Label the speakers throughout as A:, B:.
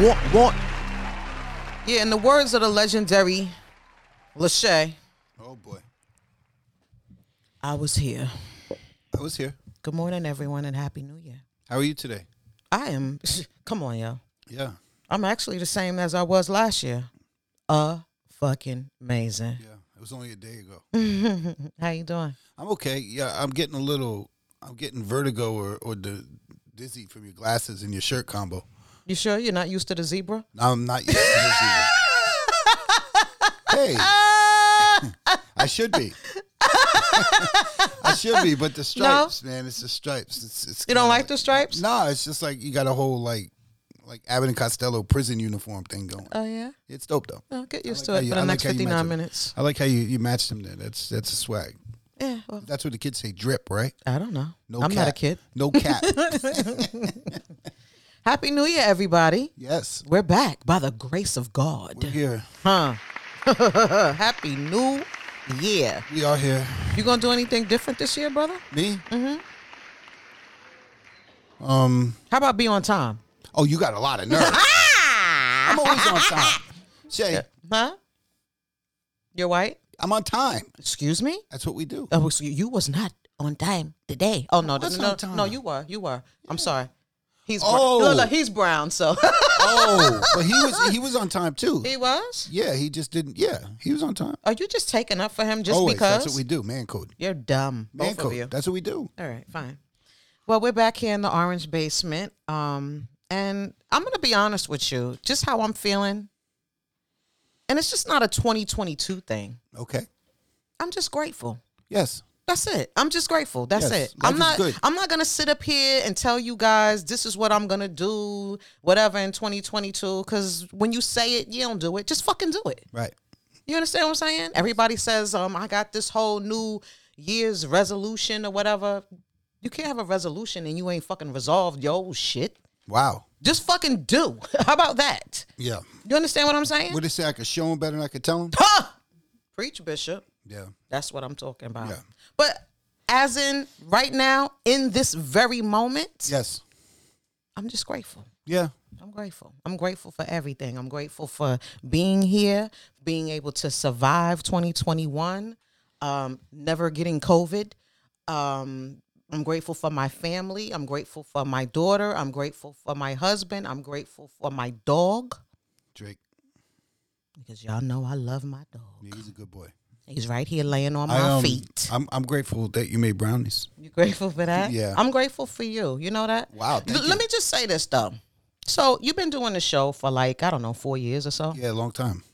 A: Want, want. Yeah, in the words of the legendary Lachey,
B: Oh boy,
A: I was here.
B: I was here.
A: Good morning, everyone, and Happy New Year.
B: How are you today?
A: I am, come on, yo.
B: Yeah,
A: I'm actually the same as I was last year. A fucking amazing.
B: yeah. It was only a day ago.
A: Mm. How you doing?
B: I'm okay. Yeah, I'm getting a little. I'm getting vertigo or or the dizzy from your glasses and your shirt combo.
A: You sure you're not used to the zebra?
B: Now I'm not used to this either. Hey, I should be. I should be, but the stripes, man. It's the stripes. It's, it's
A: You don't
B: kinda
A: like the stripes?
B: No, it's just like you got a whole like like Abbott and Costello prison uniform thing going.
A: Oh, yeah?
B: It's dope though.
A: No, get used
B: like
A: to it
B: how you-
A: for
B: I
A: the
B: like
A: next
B: how you
A: 59
B: mentioned-
A: minutes.
B: I like how you, you matched them there. That's that's a swag.
A: Yeah, well,
B: That's what the kids say, drip, right?
A: I don't know.
B: No
A: I'm
B: cap.
A: not a kid.
B: No cap.
A: Happy New Year, everybody.
B: yes.
A: We're back by the grace of God.
B: We're here.
A: Huh. Happy New Year.
B: We are here.
A: You gonna do anything different this year, brother?
B: Me? Mm-hmm. Um
A: How about be on time?
B: oh you got a lot of nerve. I'm always on time. Shay,
A: Huh? You're white?
B: I'm on time.
A: Excuse me?
B: That's what we do.
A: Oh, excuse- you was not on time today. Oh no, no,
B: was
A: no,
B: on time.
A: no, you were, you were. I'm sorry. He's
B: Oh.
A: brown. Look, look, he's brown, so
B: oh, but he was he was on time too.
A: he was.
B: Yeah, he just didn't yeah, he was on time.
A: Are you just taking up for him just
B: always.
A: because?
B: That's what we do, man code.
A: You're dumb,
B: Man
A: both
B: code.
A: of you.
B: That's what we do.
A: All right, fine. Well, we're back here in the orange basement. Um, and I'm gonna be honest with you, just how I'm feeling. And it's just not a 2022 thing.
B: Okay.
A: I'm just grateful.
B: Yes.
A: That's it. I'm just grateful. That's
B: Yes,
A: it.
B: life
A: I'm
B: is
A: not
B: good.
A: I'm not going to sit up here and tell you guys this is what I'm going to do whatever in 2022 cuz when you say it, you don't do it. Just fucking do it.
B: Right.
A: You understand what I'm saying? Everybody says um I got this whole new year's resolution or whatever. You can't have a resolution and you ain't fucking resolved your old shit.
B: Wow.
A: Just fucking do. How about that?
B: Yeah.
A: You understand what I'm saying?
B: What they say I could show him better than I could tell him?
A: Huh! Preach, bishop.
B: Yeah.
A: That's what I'm talking about.
B: Yeah.
A: But as in right now, in this very moment,
B: Yes.
A: I'm just grateful.
B: Yeah.
A: I'm grateful. I'm grateful for everything. I'm grateful for being here, being able to survive 2021, um, never getting COVID. Um, I'm grateful for my family. I'm grateful for my daughter. I'm grateful for my husband. I'm grateful for my dog
B: Drake.
A: because y'all know I love my dog.
B: Yeah, he's a good boy.
A: He's right here laying on my
B: um,
A: feet.
B: I'm I'm grateful that you made brownies.
A: You grateful for that?
B: Yeah.
A: I'm grateful for you. You know that?
B: Wow, thank
A: L- Let me just say this though. So you've been doing the show for like, I don't know, four years or so.
B: Yeah, long time.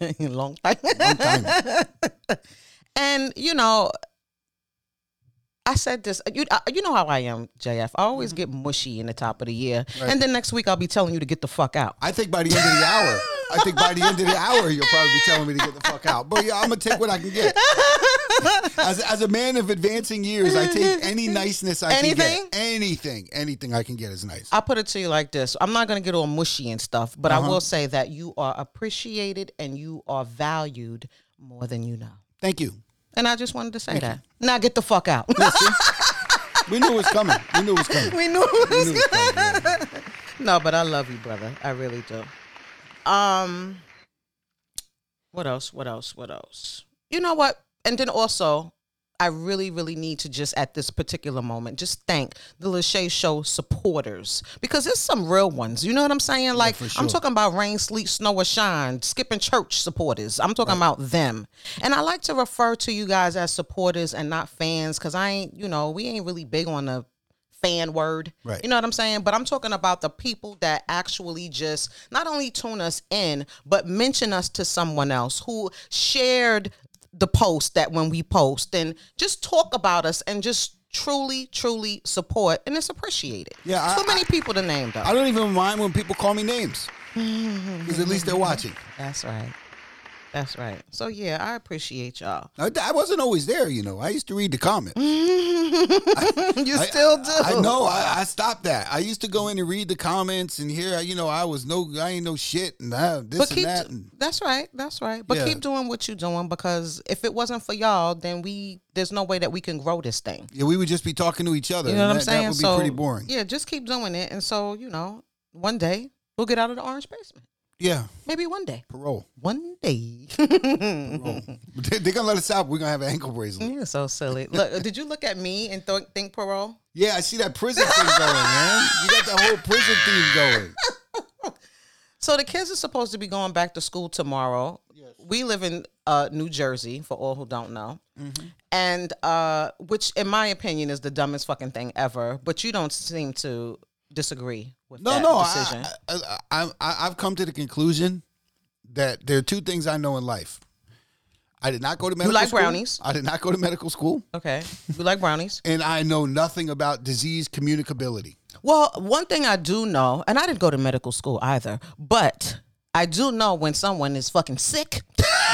A: Long time.
B: Long time.
A: and you know, I said this. You I, you know how I am, JF. I always get mushy in the top of the year, and then next week I'll be telling you to get the fuck out.
B: I think by the end of the hour, I think by the end of the hour, you'll probably be telling me to get the fuck out. But yeah, I'm gonna take what I can get. As, as a man of advancing years, I take any niceness I
A: Anything?
B: can get. Anything, anything I can get is nice.
A: I put it to you like this. I'm not going to get all mushy and stuff, but I will say that you are appreciated and you are valued more than you know.
B: Thank you.
A: And I just wanted to say that. Now get the fuck out.
B: We knew it was coming. We knew it was coming.
A: we knew it
B: We
A: was
B: knew it was coming. yeah.
A: No, but I love you, brother. I really do. Um, what else? What else? What else? You know what? And then also, I really, really need to just at this particular moment just thank the Lachey Show supporters because there's some real ones. You know what I'm saying? Like
B: for
A: I'm
B: sure.
A: talking about rain, sleet, snow, or shine, skipping church supporters. I'm talking about them. And I like to refer to you guys as supporters and not fans because I ain't, you know, we ain't really big on the fan word.
B: Right.
A: You know what I'm saying? But I'm talking about the people that actually just not only tune us in, but mention us to someone else who shared the post that when we post and just talk about us and just truly, truly support and it's appreciated.
B: Yeah, I-
A: Too many people to name though.
B: I don't even mind when people call me names because at least they're watching.
A: That's right. That's right. So yeah, I appreciate y'all.
B: I, I wasn't always there, you know. I used to read the comments.
A: you
B: I-
A: still do.
B: I know. I,
A: Oh.
B: I stopped that. I used to go in and read the comments and hear, you know, I was no, I ain't no shit, and I, this
A: But
B: and
A: keep
B: that.
A: do- that's right, that's right. But
B: Yeah.
A: keep doing what you're doing because if it wasn't for y'all, then we there's no way that we can grow this thing.
B: yeah, we would just be talking to each other.
A: You know what
B: and
A: I'm
B: that,
A: saying?
B: That would be
A: so
B: pretty boring. Yeah.
A: Yeah, just keep doing it, and so you know, one day we'll get out of the orange basement. Maybe one day.
B: parole.
A: One day.
B: parole. They- they're gonna let us out. We're gonna have an ankle bracelet.
A: You're so silly. Look, did you look at me and th- think parole?
B: Yeah, I see that prison thing going, man. You got the whole prison theme going.
A: So the kids are supposed to be going back to school tomorrow. We live in uh, New Jersey, for all who don't know,
B: Mm-hmm.
A: and uh, which, in my opinion, is the dumbest fucking thing ever. But you don't seem to disagree with
B: No,
A: that
B: no.
A: decision.
B: I, I, I, I, I've come to the conclusion that there are two things I know in life. I did not go to medical
A: like
B: school.
A: brownies?
B: I did not go to medical school.
A: okay, you like brownies?
B: And I know nothing about disease communicability.
A: Well, one thing I do know, and I didn't go to medical school either, but I do know when someone is fucking sick.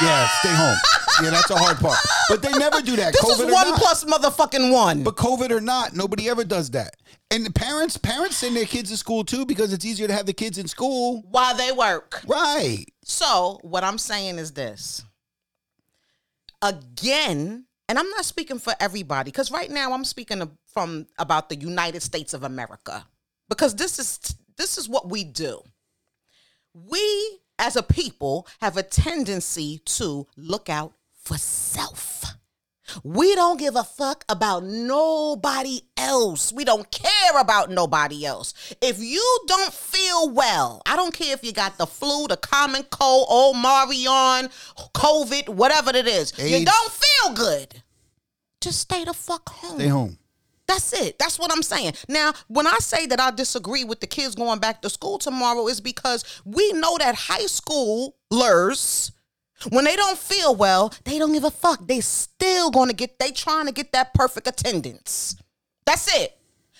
B: Yeah, stay home. Yeah, that's a hard part. But they never do that.
A: This
B: COVID
A: is
B: or
A: one
B: not.
A: plus motherfucking one.
B: But COVID or not, nobody ever does that. And the parents, parents send their kids to school too because it's easier to have the kids in school.
A: while they work.
B: Right.
A: So, what I'm saying is this again, and I'm not speaking for everybody because right now I'm speaking of- from about the United States of America because this is this is what we do. We as a people have a tendency to look out for self. We don't give a fuck about nobody else. We don't care about nobody else. If you don't feel well, I don't care if you got the flu, the common cold, old Marion, COVID, whatever it is. You
B: AIDS.
A: don't feel good. Just stay the fuck home.
B: Stay home.
A: That's it. That's what I'm saying. Now, when I say that I disagree with the kids going back to school tomorrow, is because we know that high schoolers, when they don't feel well, they don't give a fuck. They still gonna get. They trying to get that perfect attendance. That's it.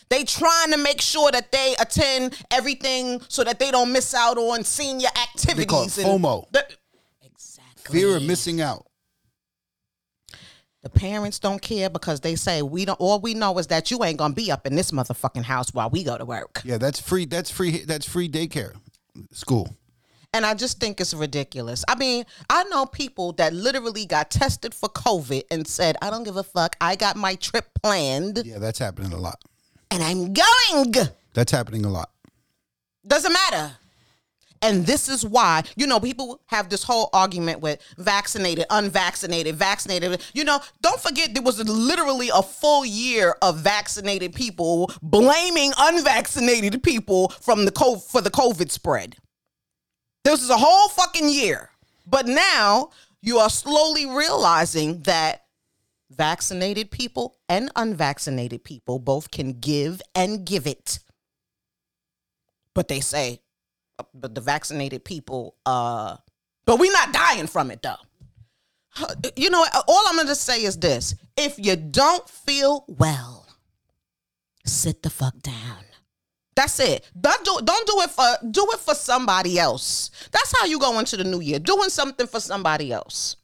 A: They trying to make sure that they attend everything so that they don't miss out on senior activities.
B: call it
A: and-
B: FOMO.
A: The- exactly.
B: Fear of missing out.
A: The parents don't care because they say we don't. All we know is that you ain't gonna be up in this motherfucking house while we go to work.
B: Yeah, that's free. That's free. That's free daycare school.
A: And I just think it's ridiculous. I mean, I know people that literally got tested for COVID and said, "I don't give a fuck. I got my trip planned
B: Yeah, that's happening a lot.
A: and I'm going."
B: That's happening a lot.
A: Doesn't matter. And this is why, you know, people have this whole argument with vaccinated, unvaccinated, vaccinated. You know, don't forget there was literally a full year of vaccinated people blaming unvaccinated people from the co- for the COVID spread. This is a whole fucking year. But now you are slowly realizing that vaccinated people and unvaccinated people both can give and give it but they say uh, but the vaccinated people uh but we're not dying from it though Huh, you know uh, all i'm gonna say is this if you don't feel well sit the fuck down that's it don't do, don't do it for do it for somebody else that's how you go into the new year doing something for somebody else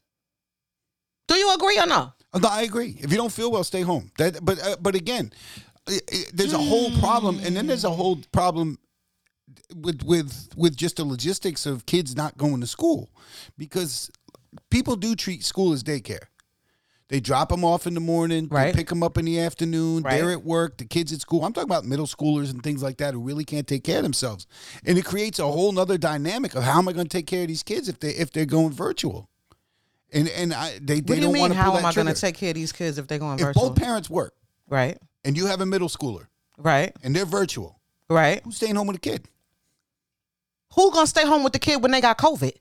A: do you agree or no
B: Uh, No, I agree. If you don't feel well, stay home. That, but uh, but again, i i there's a whole problem, and then there's a whole problem with with with just the logistics of kids not going to school because people do treat school as daycare. They drop them off in the morning,
A: Right.
B: they pick them up in the afternoon.
A: Right.
B: They're at work, the kids at school. I'm talking about middle schoolers and things like that who really can't take care of themselves, and it creates a whole nother dynamic of how am I going to take care of these kids if they if they're going virtual, and and I, they they
A: what do you
B: not
A: mean
B: want to
A: how
B: pull
A: am
B: that
A: i gonna
B: trigger
A: take care of these kids if they're going
B: if
A: virtual
B: both parents work
A: right
B: and you have a middle schooler
A: right
B: and they're virtual,
A: right
B: who's staying home with a kid?
A: who gonna stay home with the kid when they got covid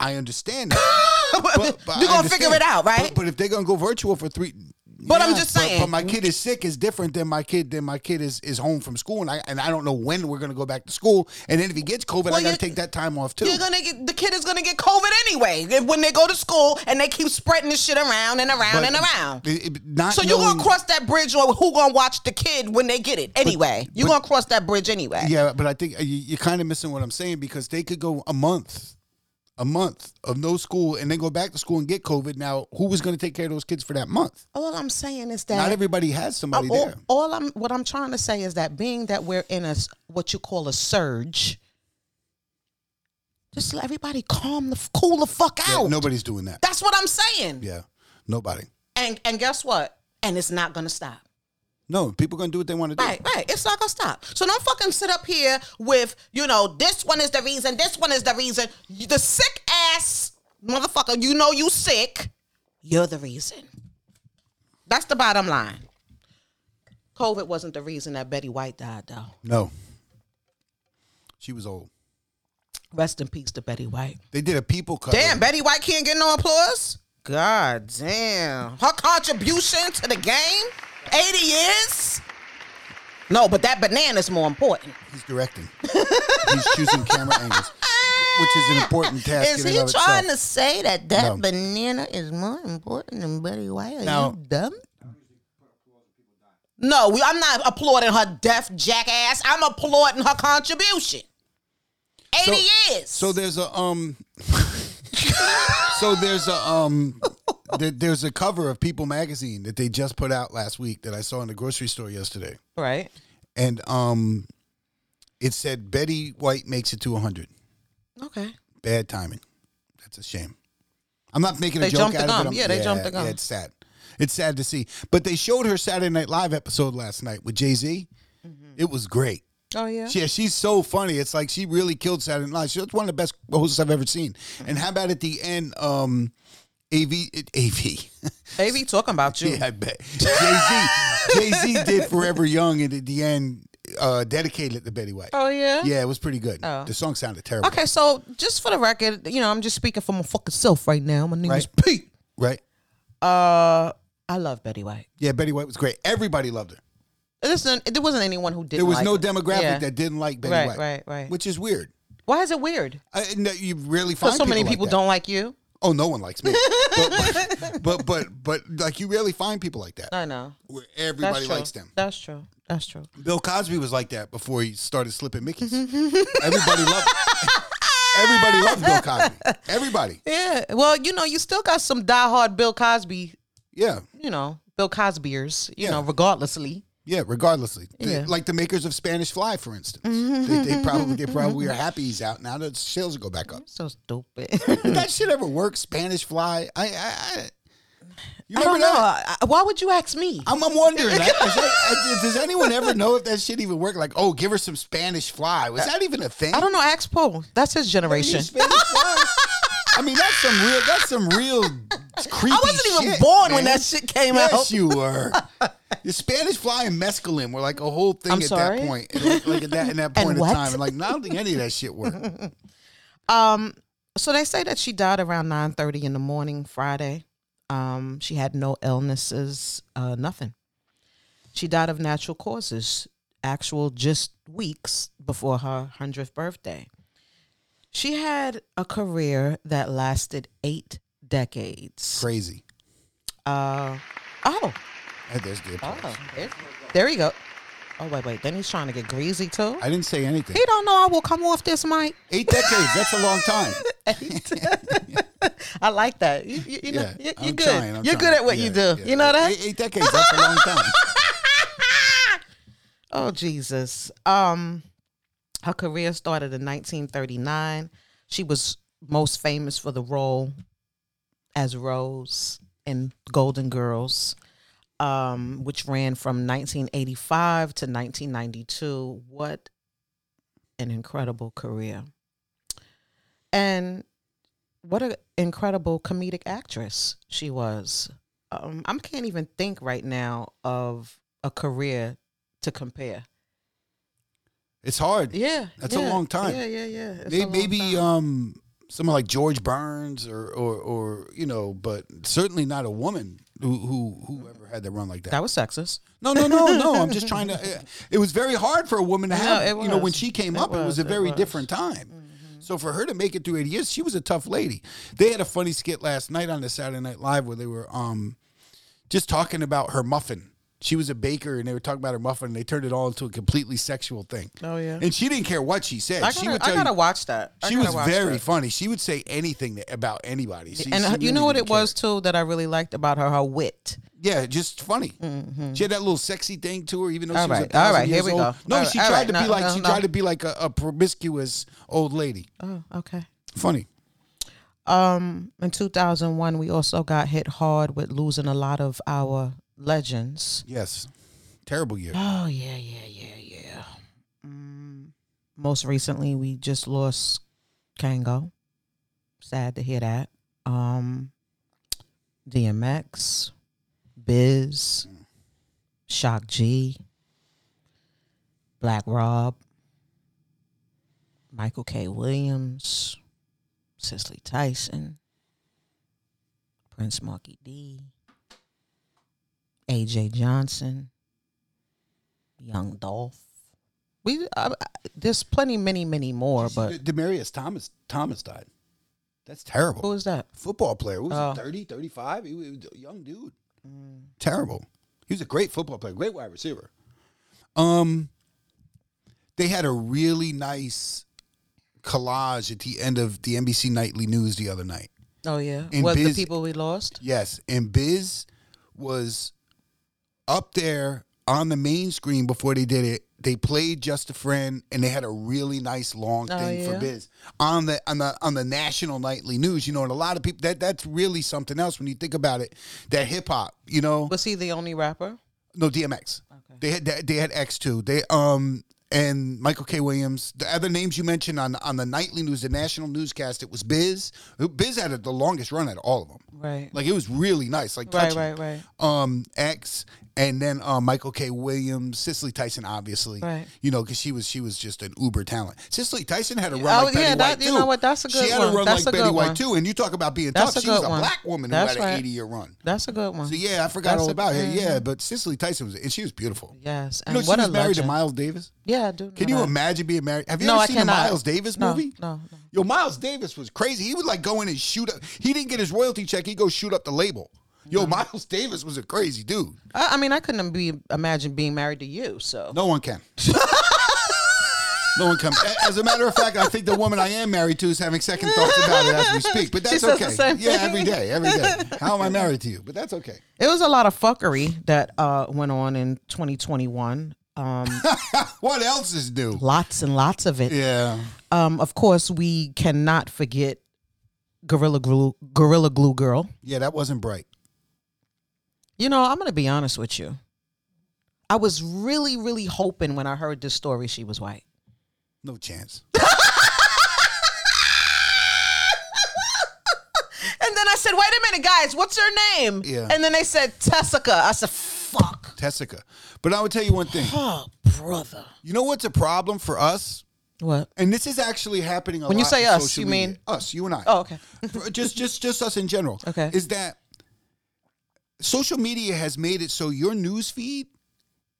B: I understand that. but, but
A: You're
B: I
A: gonna figure
B: understand.
A: it out, right?
B: But, but if they're gonna go virtual for three,
A: But I'm
B: Yeah,
A: just
B: but-
A: saying.
B: But, my kid is sick is different than my kid than my kid is is home from school, and I and I don't know when we're gonna go back to school. And then if he gets COVID,
A: Well,
B: I gotta
A: you-
B: take that time off too.
A: You're gonna get the kid is gonna get COVID anyway if- when they go to school and they keep spreading this shit around and around
B: But
A: and around.
B: it- it- not
A: So you're
B: knowing-
A: gonna cross that bridge on who gonna watch the kid when they get it anyway. you're gonna cross that bridge anyway.
B: Yeah, but I think uh, you, you're kind of missing what I'm saying because they could go a month, a month of no school, and then go back to school and get COVID. Now, who was going to take care of those kids for that month?
A: All I'm saying is
B: Not
A: that uh, Oh,
B: everybody has somebody
A: all,
B: there.
A: all I'm what I'm trying to say is that being that we're in a s- what you call a surge, just let everybody calm the f- cool the fuck out.
B: Nobody's doing that.
A: That's what I'm saying.
B: Yeah, nobody.
A: And and guess what? And it's not gonna stop.
B: No, people going to do what they want to do.
A: Right, right. It's not gonna stop. So don't fucking sit up here with, you know, this one is the reason, this one is the reason. You- The sick ass motherfucker, you know you sick. You're the reason. That's the bottom line. COVID wasn't the reason that Betty White died, though.
B: No, she was old.
A: Rest in peace to Betty White.
B: They did a people cover.
A: Damn, Betty White can't get no applause. God damn. Her contribution to the game? 80 years? No, but that banana's more important.
B: He's directing. He's choosing camera angles, which is an important task.
A: Is
B: in
A: he
B: and of
A: trying
B: itself.
A: to say that that
B: No.
A: banana is more important than Betty White? Are
B: No.
A: you dumb? No, we, I'm not applauding her deaf jackass. I'm applauding her contribution. 80 years.
B: So there's a um. so there's a um. there- there's a cover of People magazine that they just put out last week that I saw in the grocery store yesterday,
A: right.
B: and um, it said Betty White makes it to 100.
A: Okay.
B: Bad timing. That's a shame. I'm not making a
A: They
B: joke
A: jumped
B: out
A: the
B: of
A: gun.
B: it. I'm-
A: Yeah, they jumped the gun.
B: Yeah, it's sad. It's sad to see. But they showed her Saturday Night Live episode last night with Jay Z. It was great.
A: Oh, Mm-hmm. yeah.
B: Yeah, she's so funny. It's like she really killed Saturday Night Live. She's one of the best hosts I've ever seen.
A: Mm-hmm.
B: And how about at the end, um, AV, it- AV.
A: AV talking about you.
B: yeah, I bet. Jay Z, Jay Z did Forever Young, and at the end, uh, dedicated it to Betty White.
A: Oh, yeah.
B: Yeah, it was pretty good.
A: Oh.
B: The song sounded terrible.
A: Okay, so just for the record, you know, I'm just speaking for my fucking self right now. My name is
B: Right.
A: Pete.
B: Right?
A: Uh, I love Betty White.
B: Yeah, Betty White was great. Everybody loved her.
A: Listen, there wasn't anyone who didn't.
B: There was
A: like
B: no
A: her.
B: demographic
A: Yeah.
B: that didn't like Betty
A: Right,
B: White.
A: right, right.
B: Which is weird.
A: Why is it weird?
B: I, no, you really find
A: Because so many
B: like
A: people
B: that.
A: don't like you.
B: Oh, no one likes me. but, but, but but but like you rarely find people like that.
A: I know.
B: where
A: That's
B: everybody
A: true.
B: likes them.
A: That's true. That's true.
B: Bill Cosby was like that before he started slipping Mickey's. everybody loved. Everybody loved Bill Cosby. Everybody.
A: Yeah. Well, you know, you still got some diehard Bill Cosby,
B: Yeah.
A: you know, Bill Cosbyers, you
B: Yeah.
A: know, regardlessly.
B: Yeah. Regardlessly, The-
A: Yeah.
B: like the makers of Spanish Fly, for instance, they, they probably they probably are happy he's out now. The sales go back up.
A: So stupid.
B: Did that shit ever work? Spanish Fly. I. I, I you
A: I
B: remember
A: don't know.
B: that?
A: I, I- why would you ask me?
B: I'm, I'm wondering. I- is that- does anyone ever know if that shit even worked? Like, oh, give her some Spanish Fly. Was that even a thing?
A: I don't know. Ask Paul. That's his
B: You
A: generation.
B: Spanish fly? I mean, that's some real. That's some real creepy.
A: I wasn't even
B: shit,
A: born when
B: man.
A: that shit came out.
B: Yes, you were. The Spanish fly and mescaline were like a whole thing
A: I'm
B: at
A: sorry?
B: that point. And Like, like at that, in that point in
A: what?
B: time, and like I don't think any of that shit worked.
A: Um, so they say that she died around nine thirty in the morning Friday. Um, she had no illnesses, uh, nothing. She died of natural causes, actual just weeks before her hundredth birthday. She had a career that lasted eight decades.
B: Crazy.
A: Uh, oh,
B: Oh, there's the applause.
A: oh, there, there you go. Oh wait, wait. Then he's trying to get greasy too.
B: I didn't say anything.
A: He don't know I will come off this mic.
B: Eight decades. That's a long time.
A: I like that. You, you, you know, you-
B: Yeah,
A: you're,
B: I'm
A: good.
B: trying, I'm
A: you're
B: trying.
A: good at what you
B: Yeah,
A: do.
B: yeah.
A: You know that?
B: Eight, eight decades. That's a long time.
A: Oh Jesus. Um, her career started in 1939. She was most famous for the role as Rose in Golden Girls, um, which ran from 1985 to 1992. What an incredible career! And what an incredible comedic actress she was. Um, I can't even think right now of a career to compare.
B: It's hard.
A: Yeah,
B: That's a yeah. long time.
A: Yeah, yeah, yeah.
B: May- maybe um someone like George Burns or or or you know, but certainly not a woman who, who whoever had to run like that.
A: That was sexist.
B: No, no, no, no. I'm just trying to. It, it was very hard for a woman to have.
A: it
B: You know, when
A: was.
B: she came
A: It
B: up, it was
A: was,
B: a
A: it
B: very
A: was. Mm-hmm.
B: different time. So for her to make it through eight years, she was a tough lady. They had a funny skit last night on the Saturday Night Live where they were um, just talking about her muffin. She was a baker, and they were talking about her muffin, and they turned it all into a completely sexual thing.
A: Oh, yeah.
B: and she didn't care what she said.
A: I
B: she would
A: gotta, I
B: tell
A: gotta
B: you,
A: watch that. I
B: she
A: gotta
B: was
A: watch
B: very
A: that.
B: funny. She would say anything that, about anybody. She-
A: and
B: she
A: her- you
B: really
A: know what
B: didn't
A: it
B: care.
A: was too that I really liked about her her wit.
B: Yeah, just funny. She had that little sexy thing to her, even though
A: All
B: she was a
A: right,
B: thousand
A: all right, Mm-hmm. here
B: years
A: we
B: old.
A: go.
B: No,
A: All
B: she
A: right, all
B: tried
A: right,
B: to be
A: no,
B: like
A: no,
B: she
A: no.
B: tried to be like a, a promiscuous old lady.
A: Oh, okay.
B: Funny.
A: Um, in 2001, we also got hit hard with losing a lot of our legends.
B: Yes. Terrible year.
A: Oh yeah, yeah, yeah, yeah. Mm, most recently, we just lost Kango. Sad to hear that. Um, DMX, Biz, Shock G, Black Rob, Michael K. Williams, Cicely Tyson, Prince Marky D, AJ Johnson. Young Dolph. We uh, there's plenty, many, many more. But
B: Demarius Thomas Thomas died. That's terrible.
A: who was that?
B: Football player. What was
A: Oh.
B: he, 30, 35? He was a young dude.
A: Mm.
B: Terrible. He was a great football player, great wide receiver. Um they had a really nice collage at the end of the NBC nightly news the other night.
A: Oh yeah,
B: And
A: was
B: Biz-
A: the people we lost?
B: Yes, and Biz was up there on the main screen before they did it. They played Just a Friend, and they had a really nice long
A: Oh,
B: thing for
A: yeah?
B: Biz on the on the on the national nightly news. You know, and a lot of people that that's really something else when you think about it. That hip hop, you know,
A: Was he the only rapper?
B: no DMX. They had they, they had X two. They um and Michael K Williams. The other names you mentioned on on the nightly news, the national newscast, it was Biz. Biz had the longest run out of all of them.
A: Right.
B: Like it was really nice. Like
A: right.
B: touching
A: Right. Right.
B: um X and then um, Michael K. Williams, Cicely Tyson, obviously,
A: Right.
B: You know, because she was she was just an uber talent. Cicely Tyson had a run
A: Oh,
B: like
A: yeah,
B: Betty
A: that-
B: White
A: you
B: too.
A: know what? That's a
B: She
A: good
B: had a
A: one.
B: run
A: That's
B: like
A: a
B: Betty
A: good
B: White
A: one.
B: too. And you talk about being
A: That's
B: tough.
A: a
B: She was
A: good
B: a
A: one.
B: black woman
A: That's
B: who had an
A: right.
B: eighty year run.
A: That's a good one.
B: So yeah, I forgot
A: That's
B: all
A: a-
B: about her.
A: mhm.
B: Yeah, but Cicely Tyson was, and she was beautiful.
A: yes.
B: You
A: And
B: know,
A: what
B: she was
A: a
B: married to
A: legend.
B: Miles Davis.
A: Yeah, I do.
B: Can
A: know
B: you
A: that.
B: imagine being married? Have you
A: No,
B: ever
A: I
B: seen
A: cannot.
B: the Miles Davis
A: No,
B: movie?
A: no, no.
B: Yo, Miles Davis was crazy. He would like go in and shoot up. He didn't get his royalty check. He go shoot up the label. Yo,
A: Mm-hmm.
B: Miles Davis was a crazy dude.
A: I, I mean, I couldn't be imagine being married to you. So
B: No one can. no one can. A- As a matter of fact, I think the woman I am married to is having second thoughts about it as we speak. But that's
A: says the
B: okay.
A: same
B: yeah,
A: thing.
B: every day, every day. How am I married to you? But that's okay.
A: it was a lot of fuckery that uh, went on in 2021. Um,
B: What else is new?
A: lots and lots of it.
B: Yeah.
A: Um, of course, we cannot forget Gorilla Glue, Gorilla Glue Girl.
B: Yeah, that wasn't bright.
A: You know, I'm going to be honest with you. I was really, really hoping when I heard this story she was white.
B: No chance.
A: And then I said, wait a minute, guys, what's her name?
B: Yeah.
A: And then they said, Tessica. I said, fuck.
B: Tessica. But I would tell you one thing.
A: Oh, brother.
B: You know what's a problem for us?
A: What?
B: And this is actually happening a
A: When you
B: lot
A: say
B: in
A: us,
B: social
A: you
B: media.
A: mean-
B: us, you and I.
A: Oh, okay.
B: For- just just just us in general.
A: Okay.
B: Is that social media has made it so your news feed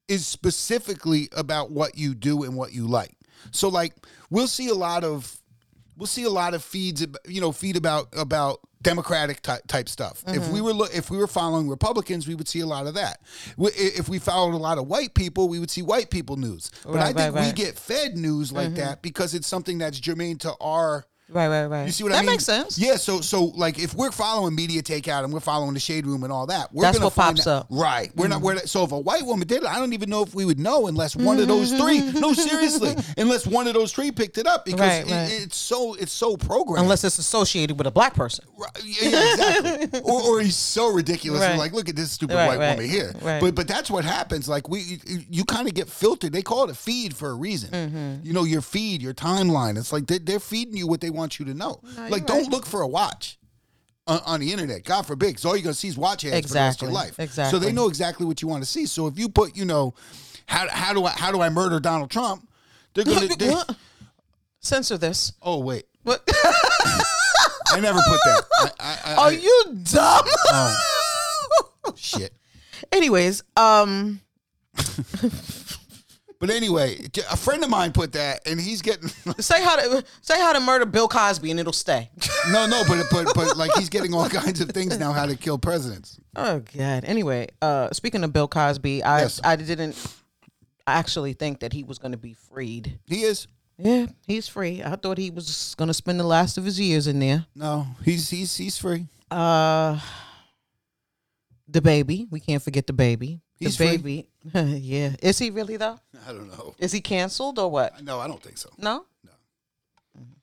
B: is specifically about what you do and what you like. So like we'll see a lot of we'll see a lot of feeds ab- you know feed about about democratic type, type stuff. If
A: Mm-hmm.
B: we were lo- if we were following Republicans, we would see a lot of that. We- i- If we followed a lot of white people, we would see white people news. But I
A: Right,
B: think
A: right,
B: we
A: right. Mm-hmm.
B: get fed news like that because it's something that's germane to our
A: Right, right, right.
B: you see what
A: that
B: I mean?
A: makes sense.
B: Yeah. So so like if we're following media takeout and we're following the shade room and all that, we're
A: That's
B: gonna
A: what
B: find
A: pops
B: out-
A: up. Mm-hmm.
B: Right. We're not. We're not, so if a white woman did it, I don't even know if we would know unless one of those three. No, seriously, unless one of those three picked it up because
A: Mm-hmm. Right,
B: it,
A: right.
B: it's so it's so programmed.
A: Unless it's associated with a black person.
B: Right, yeah, yeah, exactly. or, or he's so ridiculous. and
A: Right.
B: Like, look at this stupid
A: Right,
B: white
A: right,
B: woman here.
A: right.
B: But but that's what happens. Like we, you, kind of get filtered. They call it a feed for a reason.
A: Mm-hmm.
B: You know, your feed, your timeline. It's like they, they're feeding you what they want you to know. like, don't look for a watch. On, on the internet, God forbid, because all you're gonna see is watch ads for the rest of your
A: Exactly,
B: life. So they
A: exactly.
B: know exactly what you want to see. So if you put, you know, how how do I how do I murder Donald Trump? They're gonna. they-
A: Censor this.
B: oh wait,
A: What?
B: I never put that. I, I, I,
A: Are you dumb?
B: Oh. shit.
A: Anyways, um,
B: But anyway, j- a friend of mine put that, and he's getting
A: say how to say how to murder Bill Cosby and it'll stay.
B: no, no, but but but like he's getting all kinds of things now. How to kill presidents?
A: Oh God. Anyway, uh, speaking of Bill Cosby, I
B: Yes.
A: I didn't actually think that he was going to be freed.
B: He is
A: Yeah, he's free. I thought he was going to spend the last of his years in there.
B: no, he's he's he's free.
A: Uh, the baby. We can't forget the baby.
B: He's
A: the
B: free?
A: baby. yeah. Is he really though?
B: I don't know.
A: Is he canceled or what?
B: No, I don't think so.
A: No. Mm-hmm.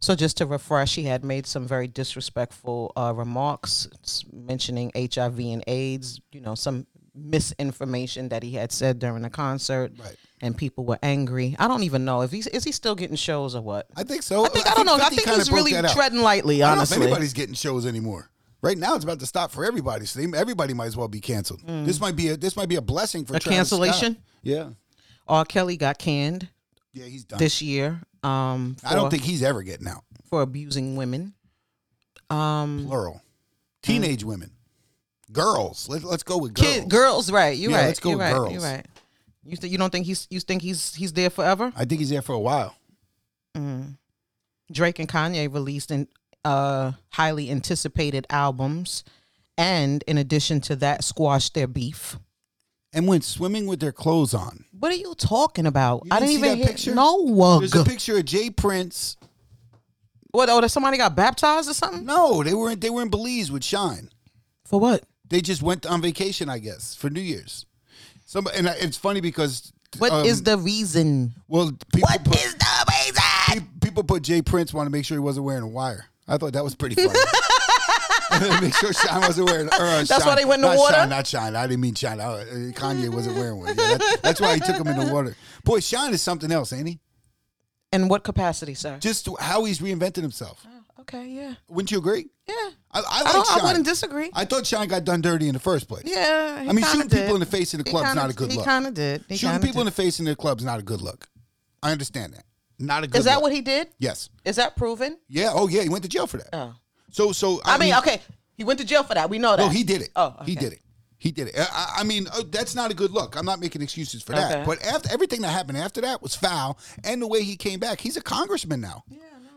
A: So just to refresh, he had made some very disrespectful uh, remarks s- mentioning HIV and AIDS. You know, some misinformation that he had said during a concert,
B: Right.
A: and people were angry. I don't even know if he's is he still getting shows or what.
B: I think so.
A: I think I don't know. I
B: 50
A: think
B: kinda
A: he's
B: broke
A: really
B: that out.
A: treading lightly,
B: I don't know if
A: honestly.
B: anybody's getting shows anymore. Right now, it's about to stop for everybody. So they- everybody might as well be canceled. This might be a this might be a blessing for
A: Mm. A
B: Travis
A: cancellation?
B: Scott. Yeah,
A: R. Kelly got canned
B: yeah, he's done.
A: this year. Um, for,
B: Uh. I don't think he's ever getting out.
A: for abusing women. Um,
B: Plural, teenage women, girls. Let, let's go with girls.
A: kid girls, right? You're
B: Yeah,
A: right.
B: let's go
A: you're
B: with
A: right.
B: girls.
A: You're right. You th- you don't think he's you think he's he's there forever?
B: I think he's there for a while.
A: Drake and Kanye released an, uh highly anticipated albums, and in addition to that, squashed their beef.
B: And went swimming with their clothes on.
A: What are you talking about?
B: You
A: I didn't
B: didn't see
A: even
B: that
A: hear,
B: picture?
A: no
B: There's a
A: wug.
B: picture of Jay Prince.
A: What? Oh, that somebody got baptized or something?
B: No, they were in, they were in Belize with Shine.
A: For what?
B: They just went on vacation, I guess, for New Year's. Some and I- it's funny because
A: What is
B: um,
A: the reason?
B: well people
A: What is
B: put,
A: the reason?
B: pe- people put Jay Prince want to make sure he wasn't wearing a wire. I thought that was pretty funny. make sure Shine wasn't wearing. Or, uh,
A: That's why
B: Shine-
A: they went in the
B: not
A: water?
B: Shine, not Shine. I didn't mean Shine. I, uh, Kanye wasn't wearing one. Yeah, that- that's why he took him in the water. Boy, Shine is something else, ain't he?
A: In what capacity, sir?
B: Just how he's reinvented himself.
A: okay, yeah,
B: Wouldn't you agree?
A: yeah.
B: I, I
A: I
B: like
A: don't.
B: Shine.
A: I wouldn't disagree.
B: I thought Shine got done dirty in the first place.
A: yeah. he
B: I mean,
A: kinda
B: shooting people
A: did.
B: in the face in the
A: He
B: club's
A: kinda-
B: not a good
A: he
B: look.
A: kind of did. He
B: shooting
A: kinda
B: people in
A: did.
B: the face in the club's not a good look. I understand that. Not a good.
A: Is that
B: look.
A: what he did?
B: Yes.
A: Is that proven?
B: Yeah. Oh yeah. He went to jail for that.
A: Oh.
B: So so
A: I, mean, okay, he went to jail for that. We know that.
B: No, he did it.
A: Oh,
B: he
A: okay.
B: did it. He did it. I- I, I mean, uh, that's not a good look. I'm not making excuses for that.
A: Okay.
B: But after everything that happened after that was foul, and the way he came back, he's a congressman now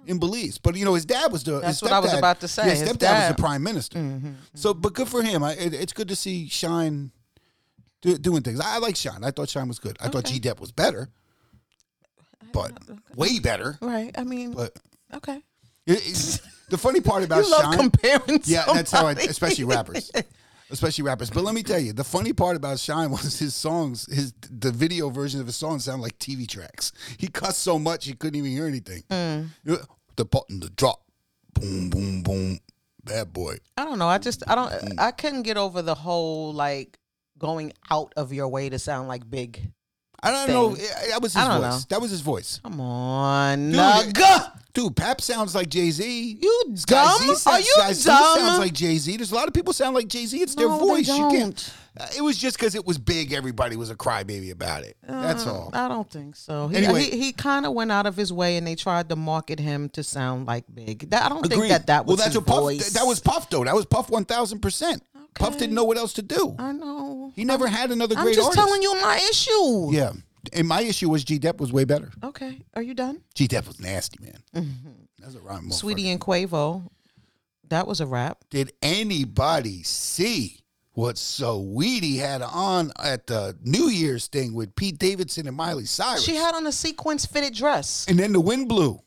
B: in Belize. But you know, his dad was the.
A: That's
B: his
A: what I was
B: stepdad-
A: about to say.
B: yeah,
A: His
B: His stepdad was
A: dad- Mm-hmm,
B: the prime minister. So, but good for him. I, it, it's good to see Shine do, doing things. I, I like Shine. I thought Shine was good. I thought G Dep was better, but way better.
A: Right. I mean,
B: But
A: okay.
B: it, it's- the funny part about
A: You love
B: Shine,
A: comparing.
B: yeah, that's how I,
A: somebody.
B: especially rappers, especially rappers. But let me tell you, the funny part about Shine was his songs, his the video version of his songs sound like TV tracks. He cussed so much he couldn't even hear anything.
A: Mm.
B: You know, The button, the drop, boom, boom, boom, bad boy.
A: I don't know. I just I
B: Mm.
A: don't I couldn't get over the whole like going out of your way to sound like big.
B: I don't
A: Thing.
B: know. I- That was his
A: I don't
B: voice.
A: know.
B: That was his voice.
A: Come on,
B: Dude,
A: nigga.
B: Dude, Pap sounds like Jay Z.
A: You dumb? Are you dumb?
B: sounds like Jay Z. There's a lot of people sound like Jay Z. It's
A: No,
B: their
A: they
B: voice. You
A: don't.
B: can't. Uh, It was just because it was big. Everybody was a crybaby about it. That's all.
A: I don't think so. He uh,
B: Anyway.
A: he, he kind of went out of his way, and they tried to market him to sound like big. That I don't think that that was
B: well. That's
A: his
B: what Puff.
A: voice.
B: th- that was Puff though. That was Puff one thousand percent. Puff didn't know what else to do.
A: I know.
B: He never had another
A: Uh, I'm
B: great
A: just
B: artist.
A: telling you my issue.
B: Yeah, and my issue was G Dep was way better.
A: Okay. Are you done?
B: G Dep was nasty, man. That's a rhyme.
A: Mm-hmm. Sweetie and Quavo. That was a wrap.
B: Did anybody see what So Weedy had on at the New Year's thing with Pete Davidson and Miley Cyrus?
A: She had on a sequence fitted dress.
B: and then the wind blew.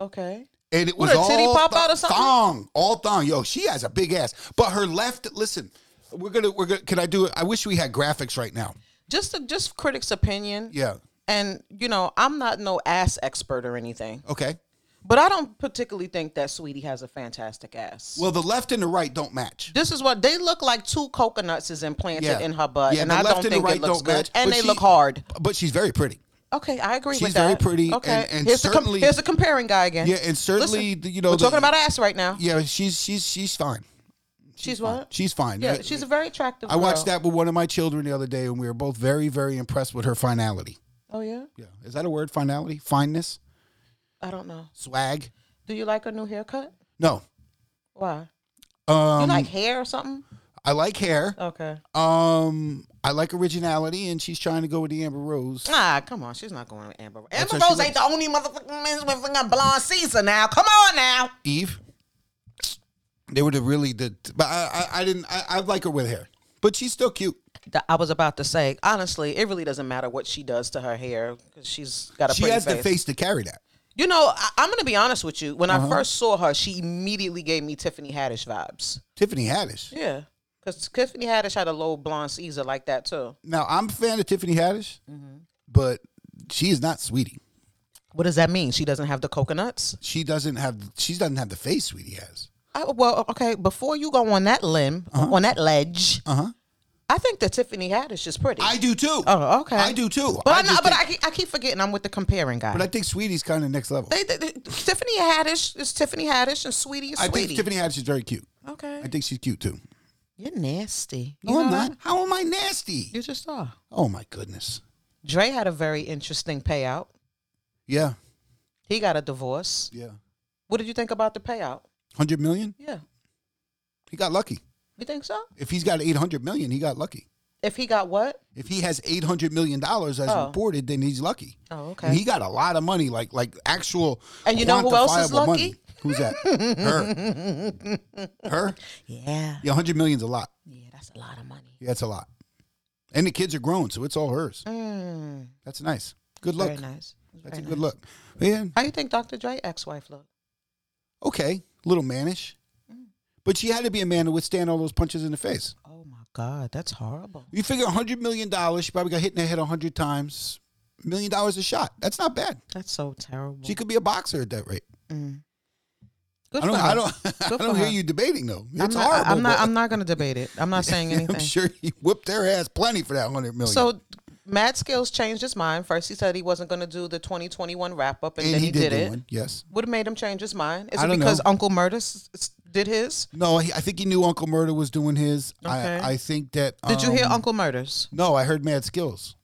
A: Okay.
B: And it
A: What,
B: was
A: a titty
B: all
A: pop
B: th-
A: out or something?
B: thong, all thong. Yo, she has a big ass, but her left. Listen, we're gonna we're gonna. Can I do it? I wish we had graphics right now.
A: Just a, just critics' opinion.
B: Yeah.
A: And you know, I'm not no ass expert or anything,
B: Okay.
A: but I don't particularly think that Sweetie has a fantastic ass.
B: Well, the left and the right don't match.
A: this is what they look like. Two coconuts is implanted
B: Yeah.
A: in her butt,
B: Yeah,
A: and
B: the
A: I
B: left
A: don't
B: and the
A: think
B: right
A: it looks
B: don't
A: good.
B: match,
A: and
B: but
A: they
B: she-
A: look hard.
B: But she's very pretty.
A: Okay, I agree
B: She's
A: with that.
B: very pretty
A: Okay,
B: and- and
A: here's, the com-
B: certainly-
A: here's the comparing guy again.
B: Yeah, and certainly
A: Listen,
B: the- you know
A: we're
B: the-
A: talking about ass right now.
B: Yeah, she's she's she's fine.
A: she's what?
B: She's fine.
A: yeah,
B: I-
A: she's a very attractive.
B: I watched
A: girl.
B: that with one of my children the other day, and we were both very very impressed with her finality.
A: Oh yeah,
B: Yeah, is that a word? Finality, fineness,
A: I don't know.
B: swag.
A: Do you like her new haircut?
B: No,
A: Why? You
B: um,
A: like hair or something?
B: I like hair.
A: Okay.
B: Um, I like originality, and she's trying to go with the Amber Rose.
A: Ah, come on. She's not going with Amber. Amber
B: how she
A: Rose ain't the only motherfucking man with fucking blonde Caesar now. Come on now.
B: Eve. They were the really the, but I I, I didn't I, I like her with hair, but she's still cute.
A: That I was about to say, honestly, it really doesn't matter what she does to her hair because she's got a
B: She
A: pretty
B: has
A: face.
B: the face to carry that.
A: You know, I, I'm gonna be honest with you. When I first saw her, she immediately gave me Tiffany Haddish vibes.
B: Tiffany Haddish.
A: Yeah, because Tiffany Haddish had a low blonde Caesar like that too.
B: Now I'm a fan of Tiffany Haddish,
A: Mm-hmm.
B: but she is not sweetie.
A: What does that mean? She doesn't have the coconuts.
B: She doesn't have she doesn't have the face sweetie has.
A: I, well, okay. Before you go on that limb, on that ledge,
B: Uh huh.
A: I think that Tiffany Haddish is pretty.
B: I do too.
A: oh, okay.
B: I do too.
A: But I, know,
B: just
A: but
B: think-
A: I, keep- I keep forgetting I'm with the comparing guy.
B: but I think sweetie's kind of next level.
A: they, they, they- Tiffany Haddish is Tiffany Haddish, and Sweetie is
B: I
A: Sweetie.
B: think Tiffany Haddish is very cute.
A: okay,
B: I think she's cute too.
A: you're nasty. Oh, You
B: No, I'm
A: know
B: not.
A: that?
B: How am I nasty?
A: You just are.
B: Oh my goodness.
A: Dre had a very interesting payout.
B: Yeah.
A: He got a divorce.
B: Yeah.
A: What did you think about the payout?
B: Hundred million.
A: Yeah.
B: He got lucky.
A: You think so?
B: If he's got eight hundred million, he got lucky.
A: If he got what?
B: If he has eight hundred million dollars as
A: Oh.
B: reported, then he's lucky.
A: Oh,
B: And he got a lot of money, like like actual.
A: And you know who else is
B: quantifiable
A: lucky?
B: Money. Who's that? Her. Her.
A: yeah.
B: Yeah, hundred million's a lot.
A: Yeah, that's a lot of money.
B: Yeah, it's a lot. And the kids are grown, so it's all hers.
A: Mm,
B: That's nice. Good
A: very
B: luck.
A: nice.
B: That's
A: Very
B: a good
A: nice.
B: look. Man,
A: How you think Dr. Dre ex-wife look?
B: okay, a little mannish,
A: Mm.
B: but she had to be a man to withstand all those punches in the face.
A: Oh my God, that's horrible.
B: You figure hundred million dollars, she probably got hit in the head hundred times. Million dollars a shot. That's not bad.
A: That's so terrible.
B: She could be a boxer at that rate.
A: Mm. Good
B: I don't.
A: for
B: I
A: her.
B: don't. I
A: Good for
B: don't hear
A: her.
B: you debating though. It's
A: I'm not,
B: horrible.
A: I'm not.
B: but
A: I'm not going to debate it. I'm not saying anything.
B: I'm sure he whipped their ass plenty for that hundred million.
A: So Mad Skills changed his mind. First, he said he wasn't going to do the 2021 wrap up, and,
B: and
A: then
B: he,
A: he, did,
B: do
A: it.
B: one. Yes.
A: What made him change his mind? Is
B: I
A: it
B: don't
A: because
B: know.
A: Uncle Murtis did his?
B: No, he, I think he knew Uncle Murder was doing his.
A: Okay.
B: I, I think that.
A: Did you hear
B: um,
A: Uncle Murders?
B: No, I heard Mad Skills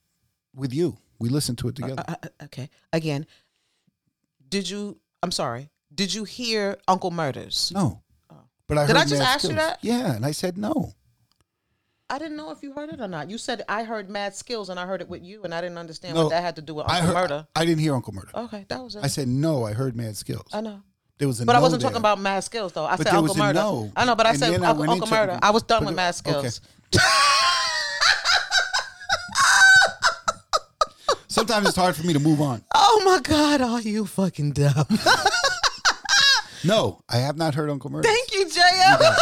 B: with you. We listened to it together.
A: Uh, uh, okay. Again, did you? I'm sorry. Did you hear Uncle Murders?
B: no. But I
A: oh. Did I
B: heard
A: just
B: Mad
A: ask you
B: Skills.
A: that?
B: Yeah, and I said no.
A: I didn't know if you heard it or not. You said I heard Mad Skills, and I heard it with you, and I didn't understand
B: No,
A: what that had to do with
B: I
A: Uncle Oh.
B: heard.
A: Murder.
B: I didn't hear Uncle Murder.
A: Okay, that was it.
B: I said no. I heard Mad Skills.
A: I know.
B: There was a
A: But I
B: no
A: wasn't
B: there.
A: talking about Mad Skills though. I
B: But
A: said
B: there
A: Uncle
B: was a
A: Murder.
B: no.
A: I know, but I
B: And
A: said
B: then I
A: Uncle,
B: went
A: Uncle
B: into-
A: Murder. I was done
B: but
A: with
B: it-
A: Mad Skills.
B: Sometimes it's hard for me to move on.
A: Oh my God, are you fucking dumb?
B: No, I have not heard Uncle Murder.
A: Thank you, JM.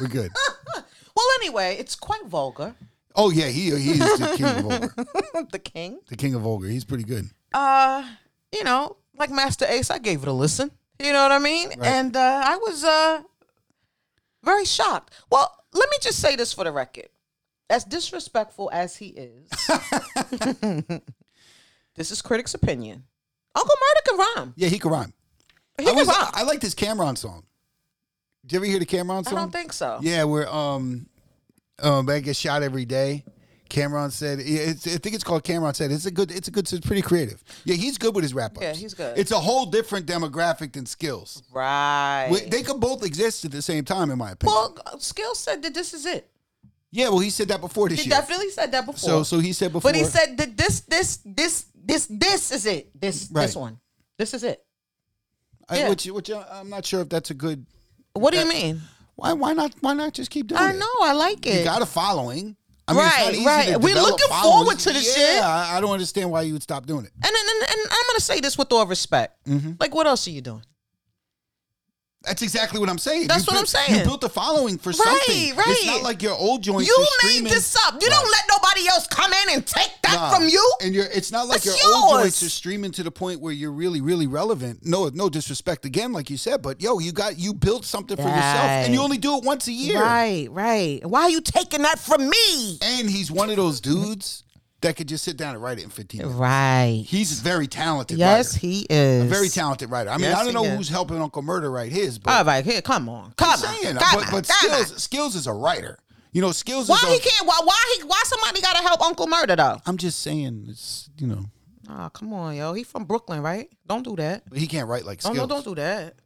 B: We're good.
A: well, anyway, it's quite vulgar.
B: Oh yeah, he he is the king of vulgar.
A: the King.
B: The king of vulgar. He's pretty good.
A: Uh, you know, like Master Ace, I gave it a listen. You know what I mean? And uh, I was uh very shocked. Well, let me just say this for the record. As disrespectful as he is, this is critics' opinion. Uncle Murder can rhyme.
B: Yeah, he can rhyme.
A: He
B: I,
A: can
B: was,
A: rhyme.
B: I like this Cameron song. Did you ever hear the Cameron
A: I
B: song?
A: don't think so.
B: Yeah, where um, um, I get shot every day. Cameron said, yeah, it's, "I think it's called Cameron said." It's a good, it's a good, it's pretty creative. Yeah, he's good with his wrap ups.
A: Yeah, he's good.
B: It's a whole different demographic than skills.
A: Right.
B: We- They could both exist at the same time, in my opinion.
A: well, Skill said that this is it.
B: yeah, well, he said that before this
A: He
B: year.
A: definitely said that before.
B: So, so he said before.
A: but he said that this, this, this, this, this is it. This,
B: Right.
A: this one. This is it.
B: I-
A: yeah.
B: which, which I- I'm not sure if that's a good.
A: What do you mean?
B: Why, why not? Why not just keep doing
A: I
B: it?
A: know. I like
B: You
A: it.
B: got a following. I mean, it's
A: Right,
B: not easy
A: right.
B: to
A: We're
B: develop
A: looking
B: followers.
A: forward to this
B: yeah,
A: shit.
B: I I don't understand why you would stop doing it.
A: and, and, and, and I'm gonna say this with all respect.
B: Mm-hmm.
A: Like, what else are you doing?
B: That's exactly what I'm saying.
A: That's what
B: You
A: I'm
B: built-
A: saying.
B: You built a following for something. It's
A: right.
B: not like your old joints.
A: You
B: are
A: made
B: streaming.
A: this up. You don't let nobody else come in and take that
B: Nah.
A: from you.
B: And you're, it's not like
A: It's
B: your old
A: yours.
B: joints are streaming to the point where you're really, really relevant. No, no disrespect again, like you said, but yo, you got you built something for yourself,
A: Right.
B: and you only do it once a year.
A: Right, right. Why are you taking that from me?
B: And he's one of those dudes that could just sit down and write it in 15 minutes.
A: Right.
B: He's a very talented.
A: Yes,
B: writer.
A: he is.
B: very talented writer. I mean,
A: Yes,
B: I don't
A: he
B: know
A: is.
B: who's helping Uncle Murder write his, but
A: All right, here, come on, come
B: I'm
A: on, come
B: saying, but,
A: on,
B: but
A: come on.
B: skills, skills is a writer. You know, skills
A: Why
B: is. a-
A: he can't? Why why he? Why somebody got to help Uncle Murder though?
B: I'm just saying, it's you know.
A: Oh, come on, yo. He from Brooklyn, right? Don't do that.
B: But he can't write like
A: Oh
B: skills.
A: no, don't do that.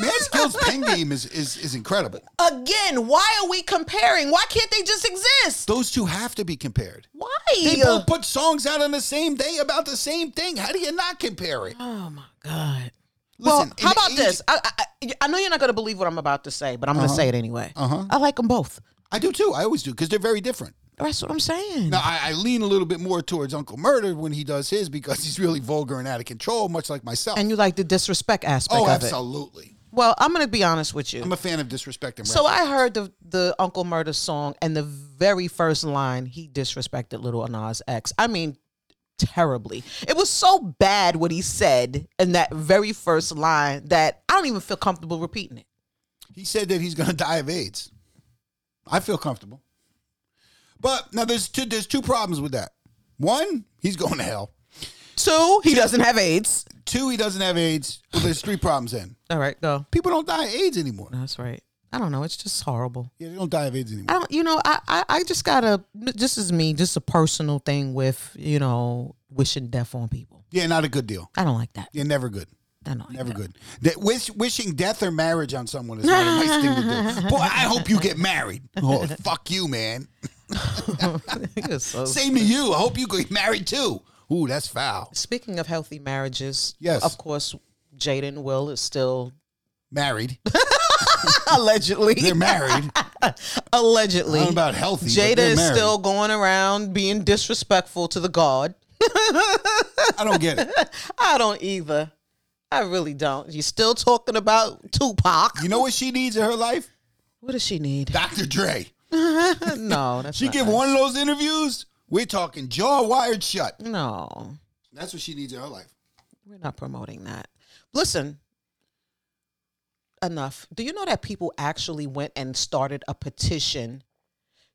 B: Matt Skill's pen game is, is is incredible.
A: Again, why are we comparing? Why can't they just exist?
B: Those two have to be compared.
A: Why?
B: They both put songs out on the same day about the same thing. How do you not compare it?
A: oh my god. well,
B: Listen,
A: how
B: in the
A: about
B: age-
A: this? I, I I- I know you're not going to believe what I'm about to say, but I'm going to say it anyway.
B: Uh-huh.
A: I like them both.
B: I do too. I always do because they're very different.
A: That's what I'm saying.
B: Now I, I lean a little bit more towards Uncle Murder when he does his because he's really vulgar and out of control, much like myself.
A: And you like the disrespect aspect
B: oh,
A: of it.
B: absolutely.
A: Well, I'm going to be honest with you.
B: I'm a fan of disrespect and
A: So
B: rap.
A: I heard the the Uncle Murder song, and the very first line, he disrespected Little Nas X. I mean, terribly. It was so bad what he said in that very first line that I don't even feel comfortable repeating it.
B: he said that he's going to die of AIDS. I feel comfortable. But now there's two there's two problems with that. One, he's going to hell.
A: Two, he doesn't have AIDS.
B: Two, he doesn't have AIDS. Well, there's three problems then.
A: All right, go.
B: People don't die of AIDS anymore.
A: That's right. I don't know. It's just horrible.
B: Yeah, they don't die of AIDS
A: I
B: anymore.
A: don't. You know, I I, I just gotta. This is me. Just a personal thing with you know wishing death on people.
B: Yeah, not a good deal.
A: I don't like that.
B: Yeah, never good.
A: I don't like
B: Never
A: that.
B: good. That wish, wishing death or marriage on someone is not a nice thing to do. Boy, I hope you get married. Oh, fuck you, man.
A: It's so-
B: Same to you. I hope you get married too. Ooh, that's foul.
A: Speaking of healthy marriages,
B: Yes.
A: of course, Jaden Will is still
B: Married.
A: allegedly,
B: They're married. I
A: allegedly,
B: don't know about healthy. but
A: Jada
B: they're
A: is
B: married.
A: still going around being disrespectful to the God.
B: I don't get it.
A: I don't either. I really don't. You're still talking about Tupac.
B: You know what she needs in her life?
A: What does she need?
B: Dr. Dre.
A: no, that's
B: She
A: not
B: give
A: nice.
B: one of those interviews. We're talking jaw wired shut.
A: No,
B: That's what she needs in her life.
A: we're not promoting that. Listen, enough. Do you know that people actually went and started a petition